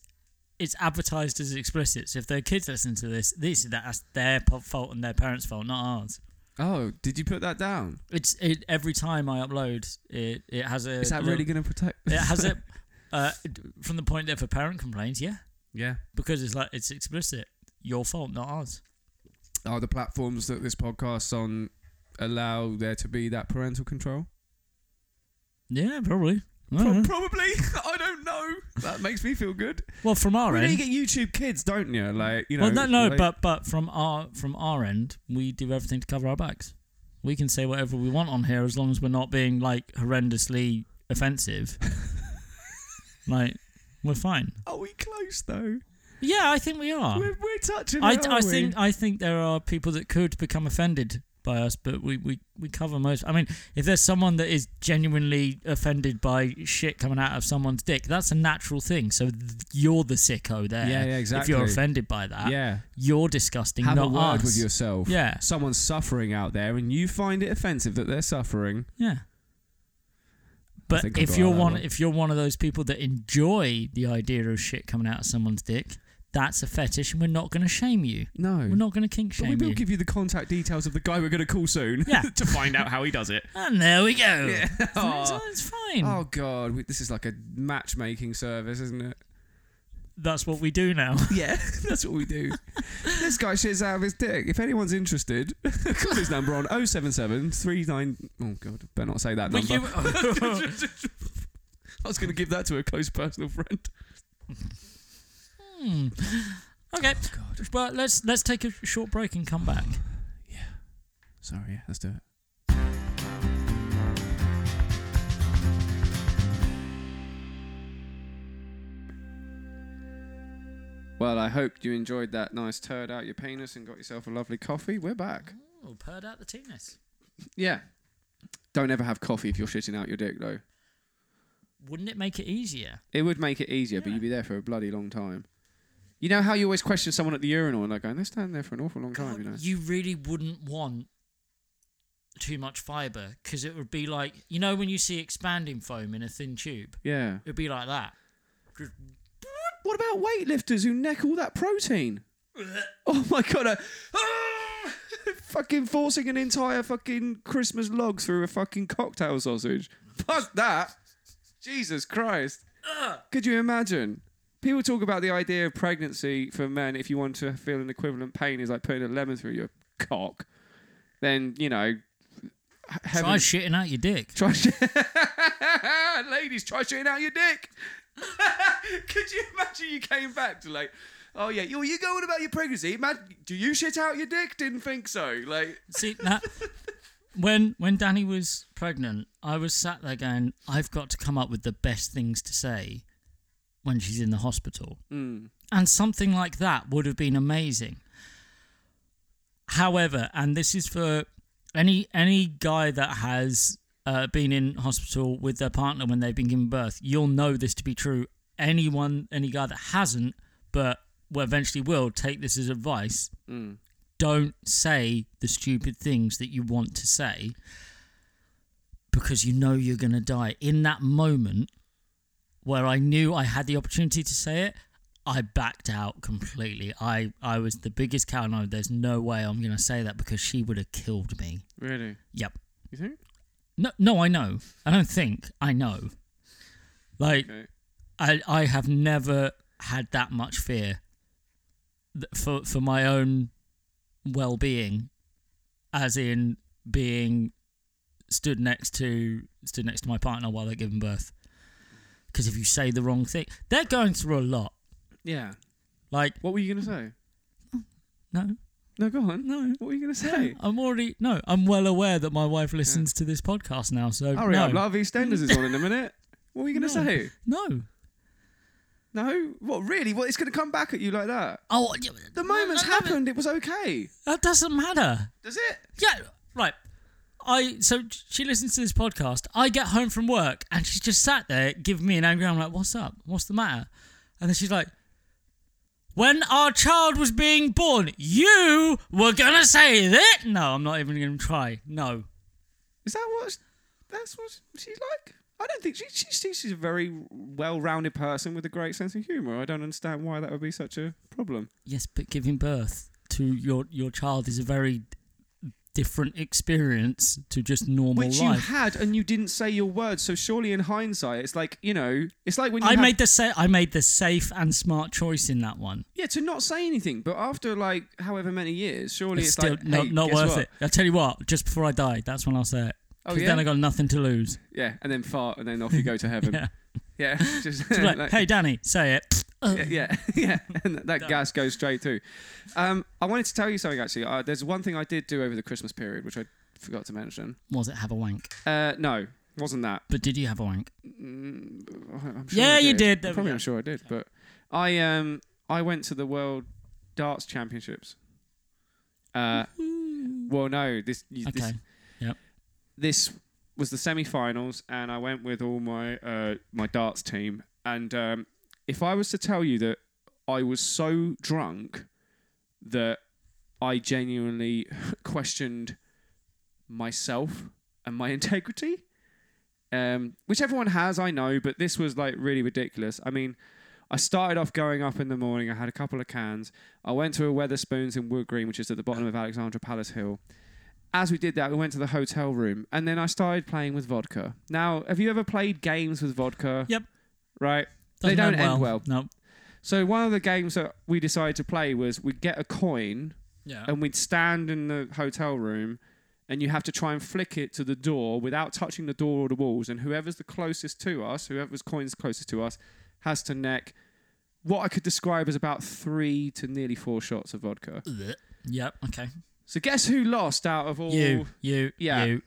[SPEAKER 2] it's advertised as explicit. So if their kids listen to this, this that's their po- fault and their parents' fault, not ours.
[SPEAKER 1] *laughs* Oh, did you put that down?
[SPEAKER 2] It's it, every time I upload it. It has a.
[SPEAKER 1] Is that
[SPEAKER 2] little-
[SPEAKER 1] really going to protect?
[SPEAKER 2] *laughs* It has
[SPEAKER 1] *laughs*
[SPEAKER 2] it uh, d- from the point that if a parent complains, yeah,
[SPEAKER 1] Yeah.
[SPEAKER 2] because it's like it's explicit. Your fault, not ours.
[SPEAKER 1] Are the platforms that this podcast's on allow there to be that parental control?
[SPEAKER 2] Yeah, probably.
[SPEAKER 1] Pro- probably. *laughs* I don't know. That makes me feel good.
[SPEAKER 2] well, from our
[SPEAKER 1] Well, you
[SPEAKER 2] end.
[SPEAKER 1] get YouTube kids, don't you? Like, you know.
[SPEAKER 2] well, no, no,
[SPEAKER 1] like-
[SPEAKER 2] but but from our from our end, we do everything to cover our backs. We can say whatever we want on here as long as we're not being like horrendously *laughs* offensive. like we're fine.
[SPEAKER 1] Are we close though?
[SPEAKER 2] Yeah, I think we are.
[SPEAKER 1] We're, we're touching.
[SPEAKER 2] Ah. I,
[SPEAKER 1] it,
[SPEAKER 2] I
[SPEAKER 1] aren't we?
[SPEAKER 2] think I think there are people that could become offended by us, but we, we, we cover most. I mean, if there's someone that is genuinely offended by shit coming out of someone's dick, that's a natural thing. So th- you're the sicko there.
[SPEAKER 1] Yeah, yeah,
[SPEAKER 2] If you're
[SPEAKER 1] exactly.
[SPEAKER 2] offended by that,
[SPEAKER 1] Yeah.
[SPEAKER 2] you're disgusting.
[SPEAKER 1] Have
[SPEAKER 2] not
[SPEAKER 1] a word
[SPEAKER 2] us.
[SPEAKER 1] with yourself.
[SPEAKER 2] Yeah,
[SPEAKER 1] Someone's suffering out there, and you find it offensive that they're suffering.
[SPEAKER 2] yeah. But
[SPEAKER 1] think I
[SPEAKER 2] if
[SPEAKER 1] got
[SPEAKER 2] you're
[SPEAKER 1] that
[SPEAKER 2] one,
[SPEAKER 1] one.
[SPEAKER 2] if you're one of those people that enjoy the idea of shit coming out of someone's dick, that's a fetish, and we're not going to shame you.
[SPEAKER 1] No.
[SPEAKER 2] We're not going to kink
[SPEAKER 1] but we
[SPEAKER 2] shame
[SPEAKER 1] will
[SPEAKER 2] you.
[SPEAKER 1] give you the contact details of the guy we're going to call soon
[SPEAKER 2] Yeah.
[SPEAKER 1] *laughs* to find out how he does it.
[SPEAKER 2] and there
[SPEAKER 1] *laughs*
[SPEAKER 2] we go.
[SPEAKER 1] Aw.
[SPEAKER 2] So it's fine.
[SPEAKER 1] Oh god, we, this is like a matchmaking service, isn't it? *laughs*
[SPEAKER 2] That's what we do now.
[SPEAKER 1] Yeah, that's what we do. this guy shits out of his dick. If anyone's interested, *laughs* call his number on 077 39 Oh god, better not say that number. *laughs* I was going to give that to a close personal friend.
[SPEAKER 2] Hmm. Okay.
[SPEAKER 1] Oh,
[SPEAKER 2] Well, let's let's take a short break and come back.
[SPEAKER 1] Sorry, yeah, let's do it. Well, I hope you enjoyed that nice turd out your penis and got yourself a lovely coffee. We're back.
[SPEAKER 2] Oh, purred out the tennis.
[SPEAKER 1] Yeah. Don't ever have coffee if you're shitting out your dick, though.
[SPEAKER 2] Wouldn't it make it easier?
[SPEAKER 1] It would make it easier, but you'd be there for a bloody long time. You know how you always question someone at the urinal and they're going, they're standing there for an awful long time, you know?
[SPEAKER 2] you really wouldn't want too much fiber because it would be like you know when you see expanding foam in a thin tube,
[SPEAKER 1] Yeah.
[SPEAKER 2] it'd be like that. Just-
[SPEAKER 1] What about weightlifters who neck all that protein? oh my god! I- Ah! *laughs* fucking forcing an entire fucking Christmas log through a fucking cocktail sausage. Fuck that! Jesus Christ! Could you imagine? People talk about the idea of pregnancy for men. If you want to feel an equivalent pain, is like putting a lemon through your cock. Then you know, he-
[SPEAKER 2] Try
[SPEAKER 1] heaven.
[SPEAKER 2] shitting out your dick.
[SPEAKER 1] Try *laughs* sh- *laughs* ladies, try shooting out your dick. Could you imagine you came back to like, Oh yeah, you you going about your pregnancy? Man, do you shit out your dick? Didn't think so. Like,
[SPEAKER 2] See that when when Danny was pregnant, I was sat there going, I've got to come up with the best things to say when she's in the hospital. And something like that would have been amazing. However, and this is for any any guy that has uh, been in hospital with their partner when they've been given birth, you'll know this to be true. Anyone, any guy that hasn't, but will eventually will take this as advice don't say the stupid things that you want to say because you know you're going to die. In that moment where I knew I had the opportunity to say it, I backed out completely. I, I was the biggest cow. No, there's no way I'm going to say that because she would have killed me.
[SPEAKER 1] really?
[SPEAKER 2] Yep.
[SPEAKER 1] You think?
[SPEAKER 2] No, no, I know. I don't think. I know. Like,
[SPEAKER 1] Okay.
[SPEAKER 2] I, I have never had that much fear th- for for my own well being, as in being stood next to stood next to my partner while they're giving birth. Because if you say the wrong thing, they're going through a lot.
[SPEAKER 1] Yeah.
[SPEAKER 2] Like
[SPEAKER 1] What were you gonna say?
[SPEAKER 2] no,
[SPEAKER 1] No, go on. No, what were you gonna say? *laughs*
[SPEAKER 2] I'm already no. I'm well aware that my wife listens to this podcast now, so
[SPEAKER 1] Hurry
[SPEAKER 2] no,
[SPEAKER 1] up, Love EastEnders is on in a minute. What were you gonna
[SPEAKER 2] No.
[SPEAKER 1] say?
[SPEAKER 2] no.
[SPEAKER 1] No? What really? What it's gonna come back at you like that?
[SPEAKER 2] Oh,
[SPEAKER 1] The moment's happened, it was okay.
[SPEAKER 2] That doesn't matter.
[SPEAKER 1] Does it?
[SPEAKER 2] Yeah, right. I so she listens to this podcast. I get home from work and she's just sat there giving me an angry. I'm like, "What's up? What's the matter?" And then she's like, "When our child was being born, you were gonna say that." No, I'm not even gonna try. No,
[SPEAKER 1] Is that what? That's what she's like. I don't think she, she she's she's a very well-rounded person with a great sense of humor. I don't understand why that would be such a problem.
[SPEAKER 2] yes, but giving birth to your your child is a very different experience to just normal
[SPEAKER 1] Which
[SPEAKER 2] life.
[SPEAKER 1] you had, and you didn't say your words. So surely, in hindsight, it's like you know, it's like when you
[SPEAKER 2] I
[SPEAKER 1] have-
[SPEAKER 2] made the sa- I made the safe and smart choice in that one.
[SPEAKER 1] yeah to not say anything. But after like however many years, surely it's,
[SPEAKER 2] it's still
[SPEAKER 1] like
[SPEAKER 2] not,
[SPEAKER 1] hey,
[SPEAKER 2] not
[SPEAKER 1] guess
[SPEAKER 2] worth
[SPEAKER 1] what?
[SPEAKER 2] it. I'll tell you what, just before I die, that's when I'll say it.
[SPEAKER 1] Oh
[SPEAKER 2] 'Cause
[SPEAKER 1] yeah,
[SPEAKER 2] Then I got nothing to lose.
[SPEAKER 1] yeah, and then fart, and then off you go
[SPEAKER 2] *laughs*
[SPEAKER 1] to heaven. *laughs*
[SPEAKER 2] Yeah.
[SPEAKER 1] yeah, just
[SPEAKER 2] Just like,
[SPEAKER 1] like-
[SPEAKER 2] hey, Danny, say it. *sniffs*
[SPEAKER 1] yeah, yeah,
[SPEAKER 2] Mm.
[SPEAKER 1] *laughs*
[SPEAKER 2] *laughs*
[SPEAKER 1] yeah. And that gas goes straight through. Um, I wanted to tell you something actually. Uh, there's one thing I did do over the Christmas period, which I forgot to mention.
[SPEAKER 2] Was it have a wank?
[SPEAKER 1] Uh, no, wasn't that.
[SPEAKER 2] But did you have a wank?
[SPEAKER 1] Mm, I- I'm sure
[SPEAKER 2] Yeah,
[SPEAKER 1] I
[SPEAKER 2] you did. There
[SPEAKER 1] I'm
[SPEAKER 2] we
[SPEAKER 1] probably,
[SPEAKER 2] go.
[SPEAKER 1] I'm sure I did. But I um I went to the World Darts Championships. Uh, well, no, this you- this,
[SPEAKER 2] Okay.
[SPEAKER 1] this was the semi-finals, and I went with all my uh, my darts team. And um, if I was to tell you that I was so drunk that I genuinely *laughs* questioned myself and my *laughs* integrity, um, which everyone has, I know, but this was like really ridiculous. I mean, I started off going up in the morning. I had a couple of cans. I went to a Weatherspoons in Wood Green, which is at the bottom of Alexandra Palace Hill as we did that, we went to the hotel room and then I started playing with vodka. Now, have you ever played games with vodka?
[SPEAKER 2] Yep.
[SPEAKER 1] Right. they
[SPEAKER 2] Doesn't
[SPEAKER 1] don't end well.
[SPEAKER 2] No.
[SPEAKER 1] So, one of the games that we decided to play was we'd get a coin
[SPEAKER 2] Yeah.
[SPEAKER 1] and we'd stand in the hotel room and you have to try and flick it to the door without touching the door or the walls. And whoever's the closest to us, whoever's coin's closest to us, has to neck what I could describe as about three to nearly four shots of vodka.
[SPEAKER 2] *sniffs* Yep. Okay.
[SPEAKER 1] So, guess who lost out of all.
[SPEAKER 2] You. You.
[SPEAKER 1] Yeah.
[SPEAKER 2] You.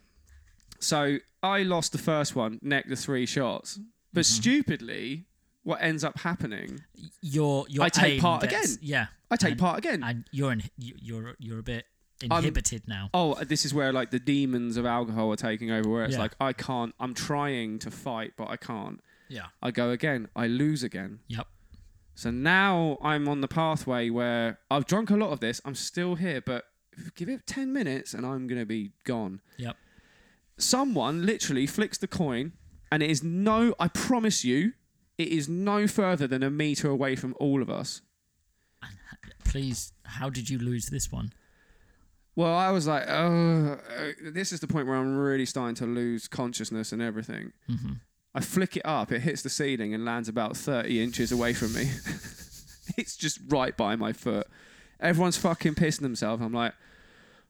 [SPEAKER 1] So I lost the first one, necked the three shots. But
[SPEAKER 2] Mm-hmm.
[SPEAKER 1] stupidly, what ends up happening,
[SPEAKER 2] Your. Your.
[SPEAKER 1] I take
[SPEAKER 2] aim
[SPEAKER 1] part
[SPEAKER 2] gets-
[SPEAKER 1] again.
[SPEAKER 2] Yeah.
[SPEAKER 1] I take
[SPEAKER 2] And-
[SPEAKER 1] part again.
[SPEAKER 2] And you're in. you- You're. You're a bit inhibited now.
[SPEAKER 1] oh, this is where like the demons of alcohol are taking over, where it's
[SPEAKER 2] Yeah.
[SPEAKER 1] like, I can't, I'm trying to fight, but I can't.
[SPEAKER 2] Yeah.
[SPEAKER 1] I go again, I lose again.
[SPEAKER 2] Yep.
[SPEAKER 1] So now I'm on the pathway where I've drunk a lot of this, I'm still here, but give it 10 minutes and I'm going to be gone.
[SPEAKER 2] Yep.
[SPEAKER 1] someone literally flicks the coin and it is no i promise you it is no further than a meter away from all of us
[SPEAKER 2] Please. How did you lose this one?
[SPEAKER 1] well i was like oh uh, this is the point where i'm really starting to lose consciousness and everything
[SPEAKER 4] Mm-hmm.
[SPEAKER 1] i flick it up it hits the ceiling and lands about 30 inches away from me *laughs* it's just right by my foot everyone's fucking pissing themselves i'm like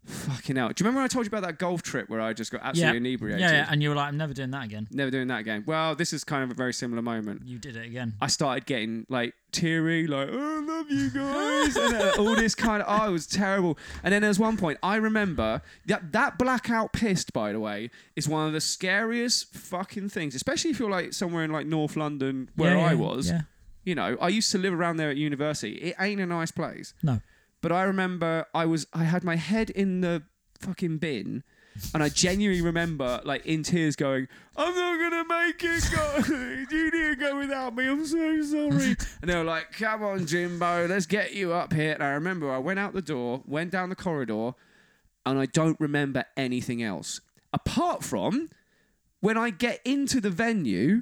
[SPEAKER 1] Fucking hell. Do you remember when I told you about that golf trip where I just got absolutely inebriated?
[SPEAKER 4] Yeah, yeah, and you were like, I'm never doing that again.
[SPEAKER 1] Never doing that again. Well, this is kind of a very similar moment.
[SPEAKER 4] You did it again.
[SPEAKER 1] I started getting like teary, like "Oh, I love you guys, and uh, all this kind of. Oh, it was terrible. And then there was one point I remember that that blackout pissed. By the way, is one of the scariest fucking things, especially if you're like somewhere in like North London where
[SPEAKER 4] Yeah,
[SPEAKER 1] I
[SPEAKER 4] yeah,
[SPEAKER 1] was.
[SPEAKER 4] Yeah.
[SPEAKER 1] You know, I used to live around there at university. It ain't a nice place.
[SPEAKER 4] No.
[SPEAKER 1] But I remember I was I had my head in the fucking bin. And I genuinely remember, like in tears, going, "I'm not gonna make it. Go, you need to go without me. I'm so sorry." And they were like, "Come on, Jimbo, let's get you up here." And I remember I went out the door, went down the corridor, and I don't remember anything else apart from when I get into the venue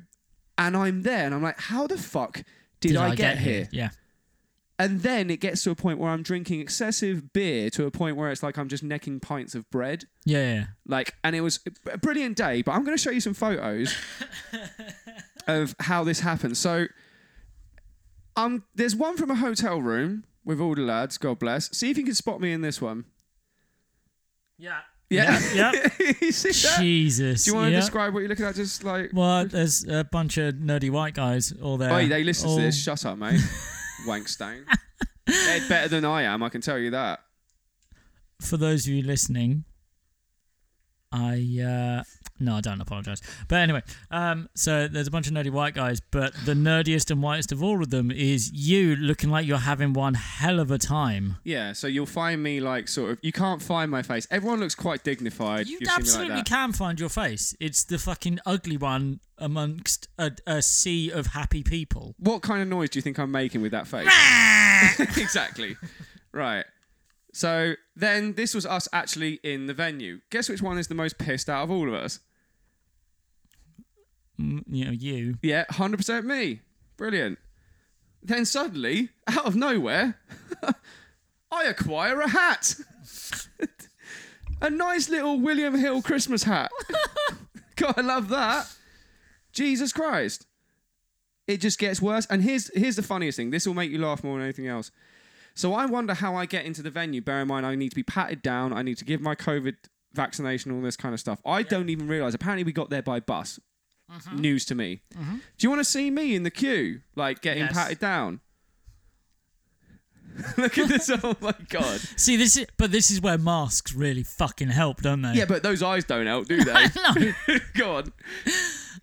[SPEAKER 1] and I'm there, and I'm like, "How the fuck did, I, get, here?
[SPEAKER 4] Yeah.
[SPEAKER 1] And then it gets to a point where I'm drinking excessive beer to a point where it's like I'm just necking pints of bread.
[SPEAKER 4] Yeah, yeah, yeah.
[SPEAKER 1] Like, and it was a brilliant day, but I'm going to show you some photos of how this happened. So, um, there's one from a hotel room with all the lads, God bless. See if you can spot me in this one.
[SPEAKER 7] Yeah.
[SPEAKER 1] *laughs* Yeah.
[SPEAKER 7] Yeah,
[SPEAKER 1] you see that?
[SPEAKER 4] Jesus.
[SPEAKER 1] Do you want to
[SPEAKER 4] yeah.
[SPEAKER 1] describe what you're looking at? Just like,
[SPEAKER 4] Well, there's a bunch of nerdy white guys all there.
[SPEAKER 1] oh, they listen
[SPEAKER 4] all-
[SPEAKER 1] to this. Shut up, mate. Wankstone. They're better than I am, I can tell you that.
[SPEAKER 4] For those of you listening, I uh no, I don't apologize. But anyway, um, so there's a bunch of nerdy white guys, but the nerdiest and whitest of all of them is you, looking like you're having one hell of a time.
[SPEAKER 1] Yeah, so you'll find me like sort of. You can't find my face. Everyone looks quite dignified.
[SPEAKER 4] You
[SPEAKER 1] You've seen me
[SPEAKER 4] absolutely
[SPEAKER 1] like that.
[SPEAKER 4] can find your face. It's the fucking ugly one amongst a, a sea of happy people.
[SPEAKER 1] What kind of noise do you think I'm making with that face? *laughs* exactly. Right. So then this was us actually in the venue. Guess which one is the most pissed out of all of us?
[SPEAKER 4] Mm, you know, you.
[SPEAKER 1] Yeah, 100% me. Brilliant. Then suddenly, out of nowhere, *laughs* I acquire a hat. a nice little William Hill Christmas hat. God, I love that. Jesus Christ. It just gets worse. And here's here's the funniest thing. This will make you laugh more than anything else. So I wonder how I get into the venue. Bear in mind, I need to be patted down. I need to give my COVID vaccination, all this kind of stuff. I don't even realize. Apparently, we got there by bus. News to me. Do you want to see me in the queue, like getting
[SPEAKER 7] Yes.
[SPEAKER 1] patted down? *laughs* Look at this! Oh my god!
[SPEAKER 4] See, this is, but this is where masks really fucking help, don't they?
[SPEAKER 1] Yeah, but those eyes don't help, do they?
[SPEAKER 4] no,
[SPEAKER 1] *laughs* god.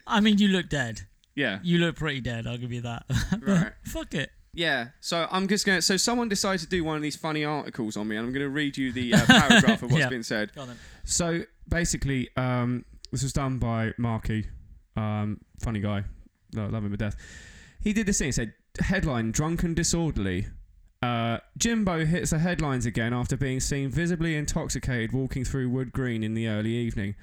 [SPEAKER 4] I mean, you look dead.
[SPEAKER 1] Yeah.
[SPEAKER 4] You look pretty dead. I'll give you that. *laughs*
[SPEAKER 1] Right.
[SPEAKER 4] Fuck it.
[SPEAKER 1] Yeah. So I'm just gonna. So someone decided to do one of these funny articles on me, and I'm gonna read you the uh, paragraph of what's
[SPEAKER 4] Yeah.
[SPEAKER 1] been said.
[SPEAKER 4] Go on then.
[SPEAKER 8] So basically, um, this was done by Marky, um, funny guy, lo- love him to death. He did this thing. He said, "Headline: Drunken disorderly." Uh, Jimbo hits the headlines again after being seen visibly intoxicated walking through Wood Green in the early evening.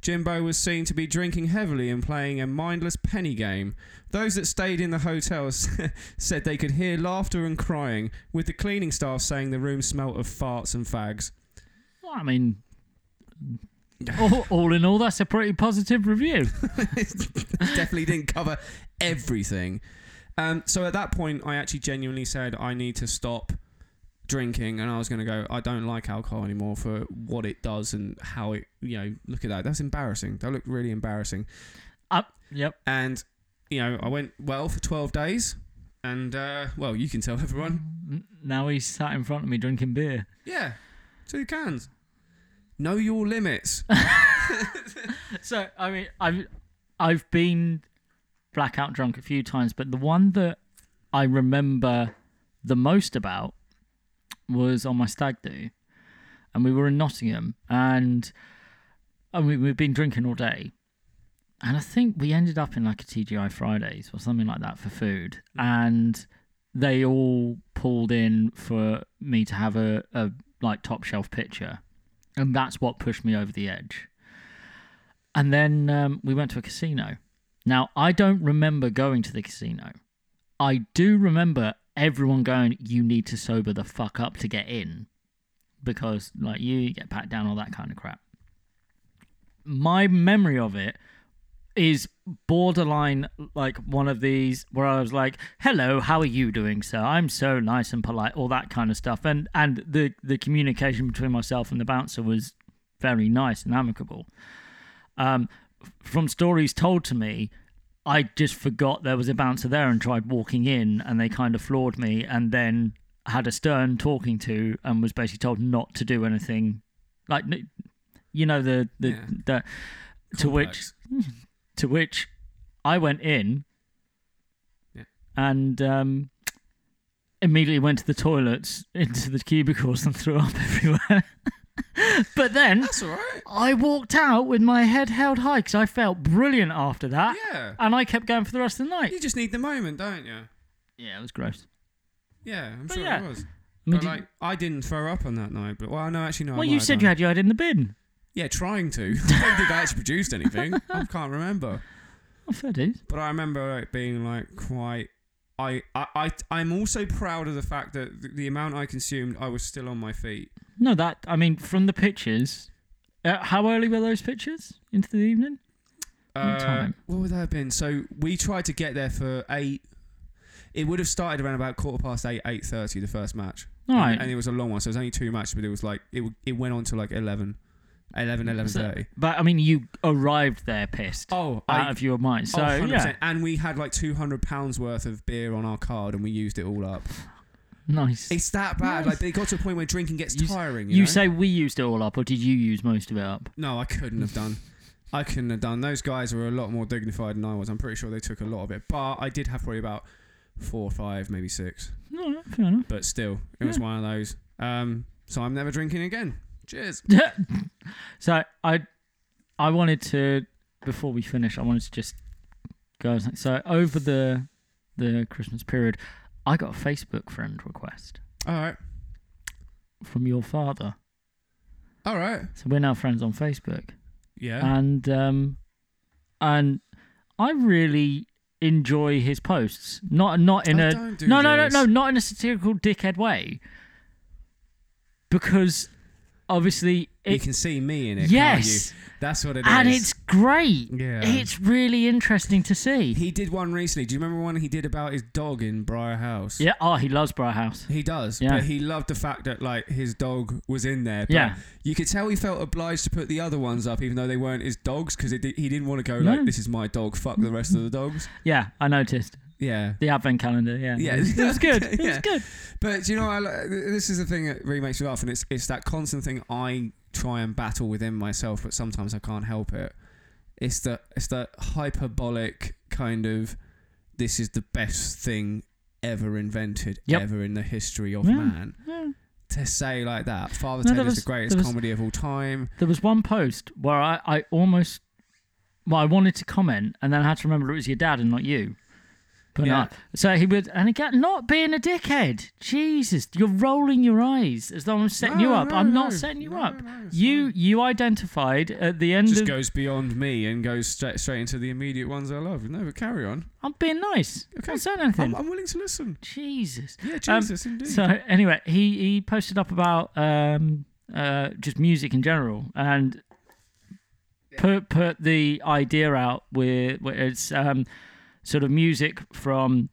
[SPEAKER 8] Jimbo was seen to be drinking heavily and playing a mindless penny game. Those that stayed in the hotels *laughs* said they could hear laughter and crying, with the cleaning staff saying the room smelt of farts and fags.
[SPEAKER 2] Well, I mean, all, all in all, that's a pretty
[SPEAKER 4] *laughs*
[SPEAKER 2] positive review.
[SPEAKER 8] definitely didn't cover everything. Um, so at that point, I actually genuinely said I need to stop drinking, and I was going to go. I don't like alcohol anymore for what it does and how it. You know, look at that. That's embarrassing. That looked really embarrassing.
[SPEAKER 2] Up.
[SPEAKER 4] Uh, Yep.
[SPEAKER 8] And you know, I went well for twelve days, and uh, well, you can tell everyone.
[SPEAKER 2] Now he's sat in front of me drinking beer.
[SPEAKER 8] Yeah, two cans. Know your limits.
[SPEAKER 2] *laughs* So I mean, I've I've been blackout drunk a few times, but the one that I remember the most about was on my stag do, and we were in Nottingham, and and we, we've been drinking all day, and I think we ended up in like a TGI Fridays or something like that for food, and they all pulled in for me to have a, a like top shelf picture, and that's what pushed me over the edge. And then um, we went to a casino. Now, I don't remember going to the casino. I do remember everyone going, you need to sober the fuck up to get in. Because, like, you get pat down, all that kind of crap. My memory of it is borderline like one of these where I was like, "Hello, how are you doing, sir? I'm so nice and polite," all that kind of stuff. And and the the communication between myself and the bouncer was very nice and amicable. Um, f- from stories told to me, I just forgot there was a bouncer there and tried walking in, and they kind of floored me, and then had a stern talking to, and was basically told not to do anything, like n- you know the the,
[SPEAKER 1] Yeah.
[SPEAKER 2] the *laughs* to which to which I went in
[SPEAKER 1] Yeah.
[SPEAKER 2] and um, immediately went to the toilets, into the cubicles, and threw up *laughs* everywhere. but then
[SPEAKER 1] That's all right.
[SPEAKER 2] I walked out with my head held high because I felt brilliant after that.
[SPEAKER 1] Yeah.
[SPEAKER 2] And I kept going for the rest of the night.
[SPEAKER 1] You just need the moment, don't you?
[SPEAKER 2] Yeah, it was gross.
[SPEAKER 1] Yeah, I'm
[SPEAKER 2] But
[SPEAKER 1] sure
[SPEAKER 2] yeah.
[SPEAKER 1] it was.
[SPEAKER 2] I
[SPEAKER 1] but
[SPEAKER 2] mean, did-
[SPEAKER 1] like, I didn't throw up on that night. But well, no, actually, no. I
[SPEAKER 2] well,
[SPEAKER 1] might
[SPEAKER 2] you
[SPEAKER 1] have
[SPEAKER 2] said
[SPEAKER 1] done.
[SPEAKER 2] you had your head in the bin.
[SPEAKER 1] Yeah, trying to. *laughs* I don't think I actually produced anything.
[SPEAKER 2] *laughs*
[SPEAKER 1] I can't remember.
[SPEAKER 2] Oh, fair dues.
[SPEAKER 1] But I remember it being like quite. I, I, I, I'm also proud of the fact that the, the amount I consumed, I was still on my feet.
[SPEAKER 2] No, that, I mean, from the pictures, uh, how early were those pictures? Into the evening? What
[SPEAKER 1] Uh,
[SPEAKER 2] time?
[SPEAKER 1] what would that have been? So we tried to get there for eight. It would have started around about quarter past eight, eight thirty, the first match.
[SPEAKER 2] All
[SPEAKER 1] And-
[SPEAKER 2] right.
[SPEAKER 1] And, it was a long one, so it was only two matches, but it was like it w- it went on to like 11, 11, 11
[SPEAKER 2] So- uh, But I mean, you arrived there pissed
[SPEAKER 1] Oh,
[SPEAKER 2] out
[SPEAKER 1] I,
[SPEAKER 2] of your mind. So
[SPEAKER 1] oh, 100%.
[SPEAKER 2] yeah,
[SPEAKER 1] And we had like two hundred pounds worth of beer on our card, and we used it all up.
[SPEAKER 2] nice.
[SPEAKER 1] It's that bad. Like it got to a point where drinking gets
[SPEAKER 2] You s-
[SPEAKER 1] tiring. You,
[SPEAKER 2] you
[SPEAKER 1] know?
[SPEAKER 2] say we used it all up, or did you use most of it up?
[SPEAKER 1] no, I couldn't have done. I couldn't have done. Those guys were a lot more dignified than I was. I'm pretty sure they took a lot of it, but I did have probably about four, five, maybe six.
[SPEAKER 2] No, no, fair enough.
[SPEAKER 1] but still, it was
[SPEAKER 2] Yeah.
[SPEAKER 1] one of those. Um, so I'm never drinking again. Cheers.
[SPEAKER 2] *laughs* so I, I wanted to before we finish, I wanted to just go. So over the the Christmas period, I got a Facebook friend request
[SPEAKER 1] All right,
[SPEAKER 2] from your father.
[SPEAKER 1] all right.
[SPEAKER 2] So we're now friends on Facebook,
[SPEAKER 1] Yeah,
[SPEAKER 2] and um, and I really enjoy his posts. Not not in
[SPEAKER 1] I
[SPEAKER 2] a
[SPEAKER 1] Oh, don't do
[SPEAKER 2] no no no
[SPEAKER 1] this.
[SPEAKER 2] no not in a satirical dickhead way, because obviously
[SPEAKER 1] you
[SPEAKER 2] it
[SPEAKER 1] can see me in it.
[SPEAKER 2] yes.
[SPEAKER 1] can't you? that's what it is.
[SPEAKER 2] and it's great.
[SPEAKER 1] Yeah.
[SPEAKER 2] It's really interesting to see.
[SPEAKER 1] he did one recently. Do you remember one he did about his dog in Briar House?
[SPEAKER 2] Yeah, oh, he loves Bright House.
[SPEAKER 1] He does,
[SPEAKER 2] Yeah.
[SPEAKER 1] but he loved the fact that like his dog was in there. But
[SPEAKER 2] Yeah.
[SPEAKER 1] you could tell he felt obliged to put the other ones up, even though they weren't his dogs, because di- he didn't want to go
[SPEAKER 2] No.
[SPEAKER 1] like, "This is my dog, fuck the rest of the dogs."
[SPEAKER 2] Yeah, I noticed.
[SPEAKER 1] Yeah,
[SPEAKER 2] The advent calendar, yeah.
[SPEAKER 1] Yeah.
[SPEAKER 2] It was, it was good. It was
[SPEAKER 1] *laughs* Yeah.
[SPEAKER 2] good.
[SPEAKER 1] But you know, I, li- this is the thing that really makes me laugh, and it's it's that constant thing I try and battle within myself, but sometimes I can't help it. It's the it's the hyperbolic kind of this is the best thing ever invented
[SPEAKER 2] Yep.
[SPEAKER 1] ever in the history of
[SPEAKER 2] Yeah.
[SPEAKER 1] man.
[SPEAKER 2] Yeah.
[SPEAKER 1] To say like that, Father
[SPEAKER 2] No,
[SPEAKER 1] Ted
[SPEAKER 2] there
[SPEAKER 1] is
[SPEAKER 2] was-
[SPEAKER 1] the greatest
[SPEAKER 2] there was-
[SPEAKER 1] comedy of all time.
[SPEAKER 2] There was one post where I, I almost, well, I wanted to comment and then I had to remember it was your dad and not you. But
[SPEAKER 1] Yeah.
[SPEAKER 2] no. So he would, and again, not being a dickhead. Jesus, you're rolling your eyes as though I'm setting you
[SPEAKER 1] No,
[SPEAKER 2] up.
[SPEAKER 1] no,
[SPEAKER 2] I'm
[SPEAKER 1] no.
[SPEAKER 2] not setting you
[SPEAKER 1] No,
[SPEAKER 2] up.
[SPEAKER 1] no, it's
[SPEAKER 2] you
[SPEAKER 1] fine.
[SPEAKER 2] you identified at the end
[SPEAKER 1] Just
[SPEAKER 2] of.
[SPEAKER 1] goes beyond me and goes straight, straight into the immediate ones I love. No, but carry on.
[SPEAKER 2] I'm being nice.
[SPEAKER 1] Okay.
[SPEAKER 2] I'm not saying anything.
[SPEAKER 1] I'm, I'm willing to listen.
[SPEAKER 2] Jesus.
[SPEAKER 1] Yeah,
[SPEAKER 2] Um,
[SPEAKER 1] Jesus, indeed.
[SPEAKER 2] So anyway, he he posted up about um uh just music in general and put put the idea out with where it's um sort of music from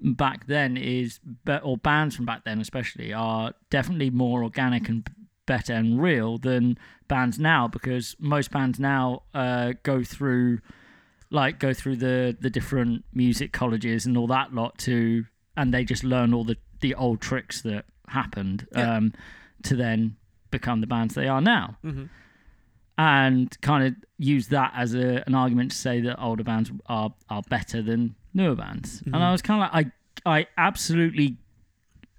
[SPEAKER 2] back then is be- or bands from back then especially are definitely more organic and better and real than bands now because most bands now uh go through like go through the the different music colleges and all that lot to and they just learn all the the old tricks that happened um to then become the bands they are now
[SPEAKER 1] Mhm.
[SPEAKER 2] and kind of use that as a, an argument to say that older bands are are better than newer bands
[SPEAKER 1] Mm-hmm.
[SPEAKER 2] and i was kind of like i i absolutely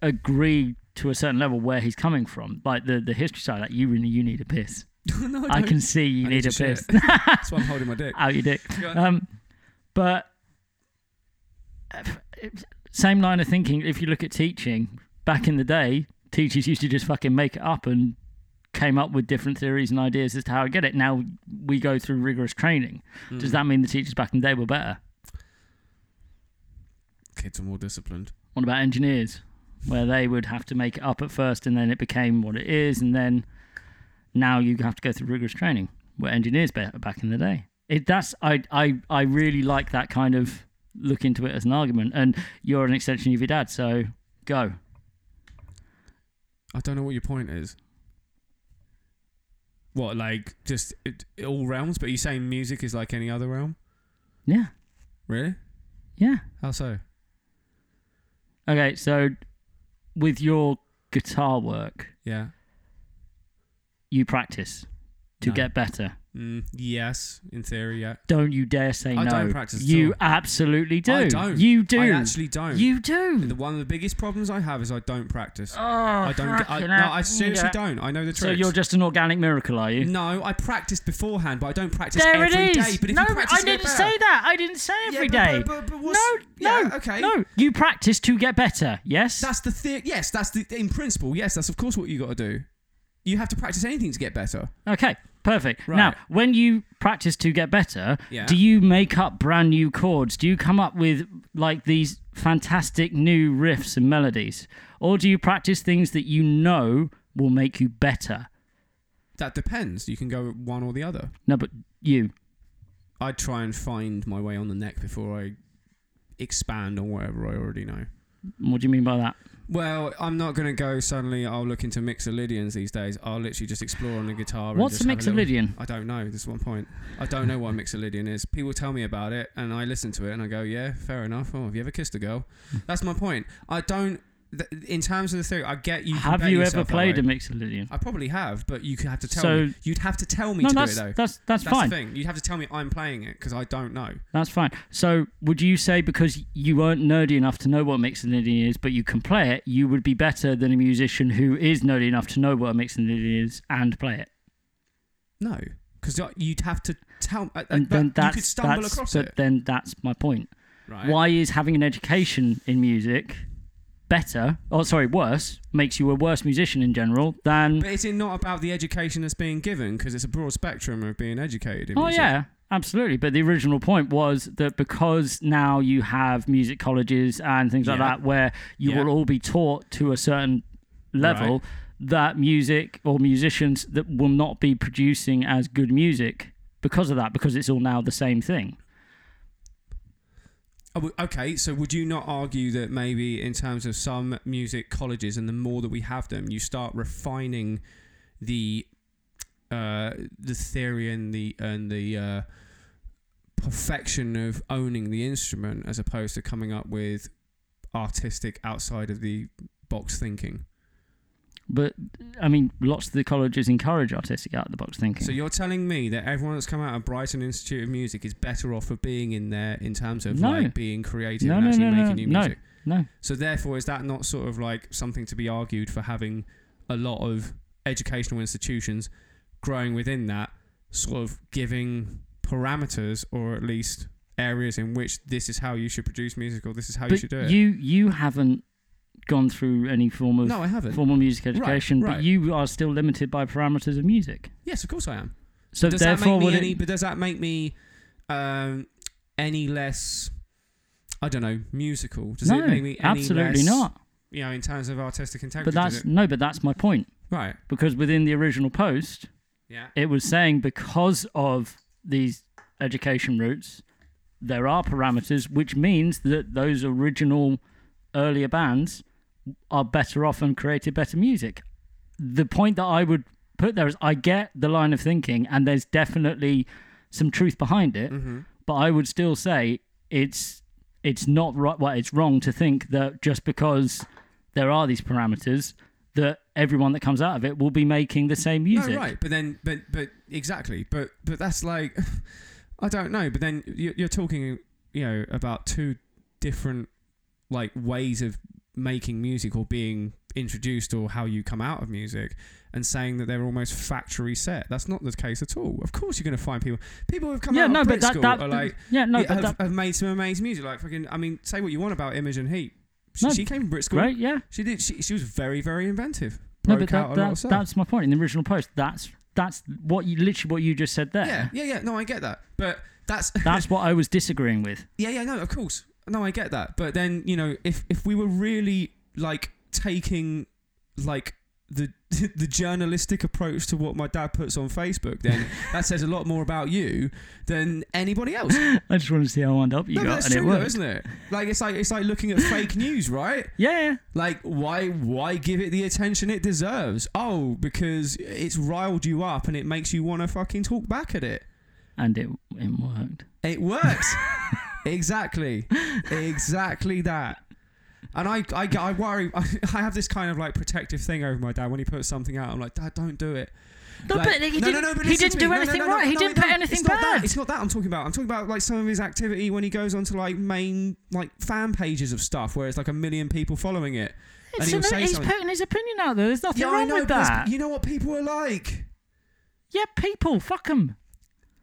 [SPEAKER 2] agree to a certain level where he's coming from like the the history side like you really you need a piss
[SPEAKER 1] *laughs* No,
[SPEAKER 2] i
[SPEAKER 1] don't.
[SPEAKER 2] can see you
[SPEAKER 1] I
[SPEAKER 2] need, a
[SPEAKER 1] to shit.
[SPEAKER 2] piss
[SPEAKER 1] That's why I'm holding my dick.
[SPEAKER 2] out your dick.
[SPEAKER 1] Go on.
[SPEAKER 2] Um, but uh, same line of thinking. If you look at teaching, back in the day, teachers used to just fucking make it up and came up with different theories and ideas as to how to get it. Now we go through rigorous training. *laughs*
[SPEAKER 1] Mm-hmm. Mm.
[SPEAKER 2] Does that mean the teachers back in the day were better?
[SPEAKER 1] Kids are more disciplined.
[SPEAKER 2] What about engineers, where they would have to make it up at first, and then it became what it is, and then now you have to go through rigorous training. Were engineers better back in the day? It that's I I I really like that kind of look into it as an argument. And you're an extension of your dad, so go.
[SPEAKER 1] I don't know what your point is. What, like, just it, it- all realms? But you're saying music is like any other realm?
[SPEAKER 2] Yeah,
[SPEAKER 1] Really?
[SPEAKER 2] yeah.
[SPEAKER 1] How so?
[SPEAKER 2] Okay, so with your guitar work,
[SPEAKER 1] Yeah.
[SPEAKER 2] you practice to
[SPEAKER 1] No.
[SPEAKER 2] get better.
[SPEAKER 1] Mm, yes, in theory, yeah.
[SPEAKER 2] Don't you dare say
[SPEAKER 1] I
[SPEAKER 2] no.
[SPEAKER 1] don't practice at
[SPEAKER 2] you
[SPEAKER 1] all.
[SPEAKER 2] absolutely do.
[SPEAKER 1] I don't.
[SPEAKER 2] You do.
[SPEAKER 1] I actually don't.
[SPEAKER 2] You do.
[SPEAKER 1] The- one of the biggest problems I have is I don't practice.
[SPEAKER 2] oh,
[SPEAKER 1] I don't. get- I,
[SPEAKER 2] fucking
[SPEAKER 1] no,
[SPEAKER 2] hell.
[SPEAKER 1] I seriously
[SPEAKER 2] Yeah.
[SPEAKER 1] don't. I know the tricks.
[SPEAKER 2] So you're just an organic miracle, are you?
[SPEAKER 1] No, I practiced beforehand, but I don't practice
[SPEAKER 2] There
[SPEAKER 1] every day.
[SPEAKER 2] it is.
[SPEAKER 1] But if
[SPEAKER 2] no,
[SPEAKER 1] you practice,
[SPEAKER 2] I
[SPEAKER 1] you get
[SPEAKER 2] didn't
[SPEAKER 1] better.
[SPEAKER 2] say that. I didn't say
[SPEAKER 1] Yeah,
[SPEAKER 2] every
[SPEAKER 1] but-
[SPEAKER 2] day.
[SPEAKER 1] but- but- but
[SPEAKER 2] no,
[SPEAKER 1] what's-
[SPEAKER 2] no,
[SPEAKER 1] yeah, okay.
[SPEAKER 2] no. You practice to get better. Yes.
[SPEAKER 1] That's the thing. Yes, that's the in principle. Yes, that's of course what you got to do. You have to practice anything to get better.
[SPEAKER 2] okay. Perfect.
[SPEAKER 1] Right.
[SPEAKER 2] Now, when you practice to get better,
[SPEAKER 1] Yeah.
[SPEAKER 2] do you make up brand new chords? Do you come up with like these fantastic new riffs and melodies, or do you practice things that you know will make you better?
[SPEAKER 1] That depends. You can go one or the other.
[SPEAKER 2] No, but you.
[SPEAKER 1] I try and find my way on the neck before I expand on whatever I already know.
[SPEAKER 2] What do you mean by that?
[SPEAKER 1] Well, I'm not going to go suddenly. I'll look into mixolydians these days. I'll literally just explore on the guitar. and
[SPEAKER 2] What's a
[SPEAKER 1] just have little-
[SPEAKER 2] mixolydian?
[SPEAKER 1] I don't know. This is one point. I don't know what a mixolydian is. People tell me about it, and I listen to it, and I go, "Yeah, fair enough." Oh, have you ever kissed a girl?
[SPEAKER 2] Hmm.
[SPEAKER 1] That's my point. I don't. Th- in terms of the theory, I get you. can
[SPEAKER 2] Have
[SPEAKER 1] bet
[SPEAKER 2] you ever
[SPEAKER 1] yourself that
[SPEAKER 2] played
[SPEAKER 1] way.
[SPEAKER 2] a mixolydian?
[SPEAKER 1] I probably have, but you could have to tell
[SPEAKER 2] So-
[SPEAKER 1] me. You'd have to tell me
[SPEAKER 2] No,
[SPEAKER 1] to do it
[SPEAKER 2] that's,
[SPEAKER 1] though.
[SPEAKER 2] that's that's
[SPEAKER 1] That's
[SPEAKER 2] fine.
[SPEAKER 1] the thing. You'd have to tell me I'm playing it because I don't know.
[SPEAKER 2] That's fine. So, would you say because you weren't nerdy enough to know what mixolydian is, but you can play it, you would be better than a musician who is nerdy enough to know what a mixolydian is and play it?
[SPEAKER 1] No, because you'd have to tell. Uh,
[SPEAKER 2] And then
[SPEAKER 1] that,
[SPEAKER 2] that's
[SPEAKER 1] you could stumble
[SPEAKER 2] that's,
[SPEAKER 1] across
[SPEAKER 2] but
[SPEAKER 1] it.
[SPEAKER 2] then that's my point.
[SPEAKER 1] Right.
[SPEAKER 2] Why is having an education in music better? Or sorry, worse makes you a worse musician in general than.
[SPEAKER 1] But is it not about the education that's being given? Because it's a broad spectrum of being educated. In
[SPEAKER 2] Oh
[SPEAKER 1] music.
[SPEAKER 2] yeah, absolutely. But the original point was that because now you have music colleges and things like
[SPEAKER 1] Yeah.
[SPEAKER 2] that, where you
[SPEAKER 1] Yeah.
[SPEAKER 2] will all be taught to a certain level
[SPEAKER 1] Right.
[SPEAKER 2] that music or musicians that will not be producing as good music because of that, because it's all now the same thing.
[SPEAKER 1] Oh, w- Okay, so would you not argue that maybe in terms of some music colleges, and the more that we have them, you start refining the uh, the theory and the and the uh, perfection of owning the instrument, as opposed to coming up with artistic outside of the box thinking.
[SPEAKER 2] But I mean, lots of the colleges encourage artistic out of the box thinking.
[SPEAKER 1] So you're telling me that everyone that's come out of Brighton Institute of Music is better off for being in there in terms of
[SPEAKER 2] No.
[SPEAKER 1] like being creative
[SPEAKER 2] No,
[SPEAKER 1] and
[SPEAKER 2] no,
[SPEAKER 1] actually
[SPEAKER 2] no, no,
[SPEAKER 1] making new
[SPEAKER 2] no.
[SPEAKER 1] music.
[SPEAKER 2] no,
[SPEAKER 1] So therefore, is that not sort of like something to be argued for having a lot of educational institutions growing within that, sort of giving parameters or at least areas in which this is how you should produce music or this is how you should
[SPEAKER 2] but
[SPEAKER 1] do
[SPEAKER 2] you,
[SPEAKER 1] it?
[SPEAKER 2] you haven't gone through any form of
[SPEAKER 1] no, I haven't.
[SPEAKER 2] formal music
[SPEAKER 1] Right,
[SPEAKER 2] education,
[SPEAKER 1] right.
[SPEAKER 2] but you are still limited by parameters of music.
[SPEAKER 1] yes, of course I am.
[SPEAKER 2] So
[SPEAKER 1] does that make
[SPEAKER 2] therefore,
[SPEAKER 1] me
[SPEAKER 2] would
[SPEAKER 1] any?
[SPEAKER 2] it,
[SPEAKER 1] But does that make me um, any less? I don't know. Musical? Does
[SPEAKER 2] no,
[SPEAKER 1] it make me any
[SPEAKER 2] absolutely
[SPEAKER 1] less,
[SPEAKER 2] not.
[SPEAKER 1] You know, in terms of artistic integrity.
[SPEAKER 2] But
[SPEAKER 1] does
[SPEAKER 2] that's
[SPEAKER 1] it?
[SPEAKER 2] no, but that's my point
[SPEAKER 1] right.
[SPEAKER 2] because within the original post,
[SPEAKER 1] Yeah.
[SPEAKER 2] it was saying because of these education routes, there are parameters, which means that those original earlier bands are better off and created better music. The point that I would put there is I get the line of thinking, and there's definitely some truth behind
[SPEAKER 1] Mm-hmm.
[SPEAKER 2] it, but I would still say it's it's not right. Well, it's wrong to think that just because there are these parameters that everyone that comes out of it will be making the same music.
[SPEAKER 1] No, right, but then, but but exactly, but but that's like, *laughs* I don't know. But then you- you're talking, you know, about two different like ways of making music or being introduced or how you come out of music and saying that they're almost factory set that's not the case at all of course you're going to find people people who've come
[SPEAKER 2] yeah,
[SPEAKER 1] out
[SPEAKER 2] no,
[SPEAKER 1] of
[SPEAKER 2] but
[SPEAKER 1] Brit
[SPEAKER 2] that,
[SPEAKER 1] school
[SPEAKER 2] that
[SPEAKER 1] are like
[SPEAKER 2] yeah, no,
[SPEAKER 1] yeah,
[SPEAKER 2] but
[SPEAKER 1] have,
[SPEAKER 2] that,
[SPEAKER 1] have made some amazing music like fucking i mean say what you want about imogen heap she,
[SPEAKER 2] No,
[SPEAKER 1] she came from brit school
[SPEAKER 2] right, yeah,
[SPEAKER 1] she did she, she was very very inventive
[SPEAKER 2] no,
[SPEAKER 1] broke
[SPEAKER 2] but
[SPEAKER 1] out
[SPEAKER 2] that,
[SPEAKER 1] a lot of
[SPEAKER 2] that,
[SPEAKER 1] stuff.
[SPEAKER 2] that's my point in the original post. That's that's what you literally what you just said there.
[SPEAKER 1] Yeah, yeah, yeah. No, I get that. But that's
[SPEAKER 2] That's what I was disagreeing with.
[SPEAKER 1] yeah, yeah. No, of course. No, I get that. But then you know, if if we were really like taking like the *laughs* the journalistic approach to what my dad puts on Facebook,
[SPEAKER 2] *laughs*
[SPEAKER 1] then that says a lot more about you than anybody else.
[SPEAKER 2] I just wanted to see how wound up you
[SPEAKER 1] no, but
[SPEAKER 2] got,
[SPEAKER 1] that's
[SPEAKER 2] and it
[SPEAKER 1] true, though,
[SPEAKER 2] worked.
[SPEAKER 1] isn't it? Like it's like it's like looking at fake news, right?
[SPEAKER 2] Yeah, yeah.
[SPEAKER 1] Like why why give it the attention it deserves? Oh, because it's riled you up and it makes you want to fucking talk back at it.
[SPEAKER 2] and it it worked.
[SPEAKER 1] It works. exactly. Exactly that. And I, I, get- I worry. *laughs* I, have this kind of like protective thing over my dad when he puts something out. I'm like, Dad, don't do it.
[SPEAKER 2] No,
[SPEAKER 1] Like,
[SPEAKER 2] but he
[SPEAKER 1] no, no,
[SPEAKER 2] didn't.
[SPEAKER 1] no, but
[SPEAKER 2] he
[SPEAKER 1] listen to me.
[SPEAKER 2] didn't do
[SPEAKER 1] No, no,
[SPEAKER 2] anything
[SPEAKER 1] no, no,
[SPEAKER 2] right. he
[SPEAKER 1] no,
[SPEAKER 2] didn't
[SPEAKER 1] no,
[SPEAKER 2] put anything
[SPEAKER 1] it's not that-
[SPEAKER 2] bad.
[SPEAKER 1] It's not that I'm talking about. I'm talking about like some of his activity when he goes onto like main like fan pages of stuff where it's like a million people following it. and
[SPEAKER 2] It's
[SPEAKER 1] he'll
[SPEAKER 2] an-
[SPEAKER 1] say
[SPEAKER 2] he's
[SPEAKER 1] something.
[SPEAKER 2] putting his opinion out there. There's nothing
[SPEAKER 1] yeah, I
[SPEAKER 2] wrong
[SPEAKER 1] know,
[SPEAKER 2] with
[SPEAKER 1] but it's-
[SPEAKER 2] that.
[SPEAKER 1] You know what people are like.
[SPEAKER 2] yeah, people, fuck them.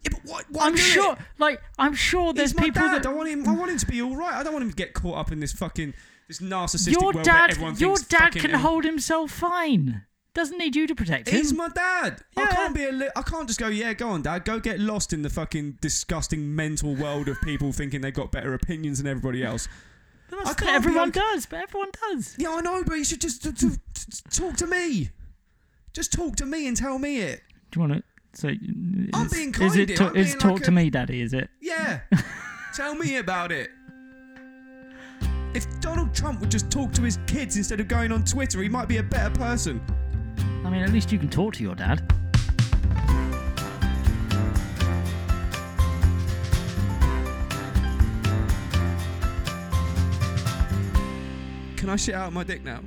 [SPEAKER 1] Yeah, but what? why
[SPEAKER 2] I'm
[SPEAKER 1] do it?
[SPEAKER 2] sure. Like, I'm sure
[SPEAKER 1] He's
[SPEAKER 2] there's
[SPEAKER 1] my
[SPEAKER 2] people
[SPEAKER 1] dad.
[SPEAKER 2] that
[SPEAKER 1] I want him. I want him to be all right. I don't want him to get caught up in this fucking this narcissistic
[SPEAKER 2] your
[SPEAKER 1] world where everyone
[SPEAKER 2] dad, your
[SPEAKER 1] thinks
[SPEAKER 2] dad
[SPEAKER 1] fucking
[SPEAKER 2] can
[SPEAKER 1] him.
[SPEAKER 2] hold himself fine. Doesn't need you to protect
[SPEAKER 1] He's
[SPEAKER 2] him.
[SPEAKER 1] my dad. I
[SPEAKER 2] Yeah.
[SPEAKER 1] can't be a. Li- I can't just go. Yeah, go on, dad. Go get lost in the fucking disgusting mental world of people thinking they've got better opinions than everybody else.
[SPEAKER 2] But
[SPEAKER 1] I
[SPEAKER 2] That's
[SPEAKER 1] can't
[SPEAKER 2] what
[SPEAKER 1] be
[SPEAKER 2] everyone
[SPEAKER 1] like-
[SPEAKER 2] does. But everyone does.
[SPEAKER 1] Yeah, I know, but you should just t- t- t- talk to me. Just talk to me and tell me it.
[SPEAKER 2] Do you want to? So,
[SPEAKER 1] I'm
[SPEAKER 2] is,
[SPEAKER 1] being
[SPEAKER 2] is
[SPEAKER 1] kind
[SPEAKER 2] it
[SPEAKER 1] here.
[SPEAKER 2] ta-
[SPEAKER 1] I'm
[SPEAKER 2] is
[SPEAKER 1] being
[SPEAKER 2] talk
[SPEAKER 1] like
[SPEAKER 2] to
[SPEAKER 1] a-
[SPEAKER 2] me, daddy? Is it? *laughs*
[SPEAKER 1] Yeah. Tell me about it. If Donald Trump would just talk to his kids instead of going on Twitter, he might be a better person.
[SPEAKER 2] I mean, at least you can talk to your dad.
[SPEAKER 1] Can I shit out my dick now?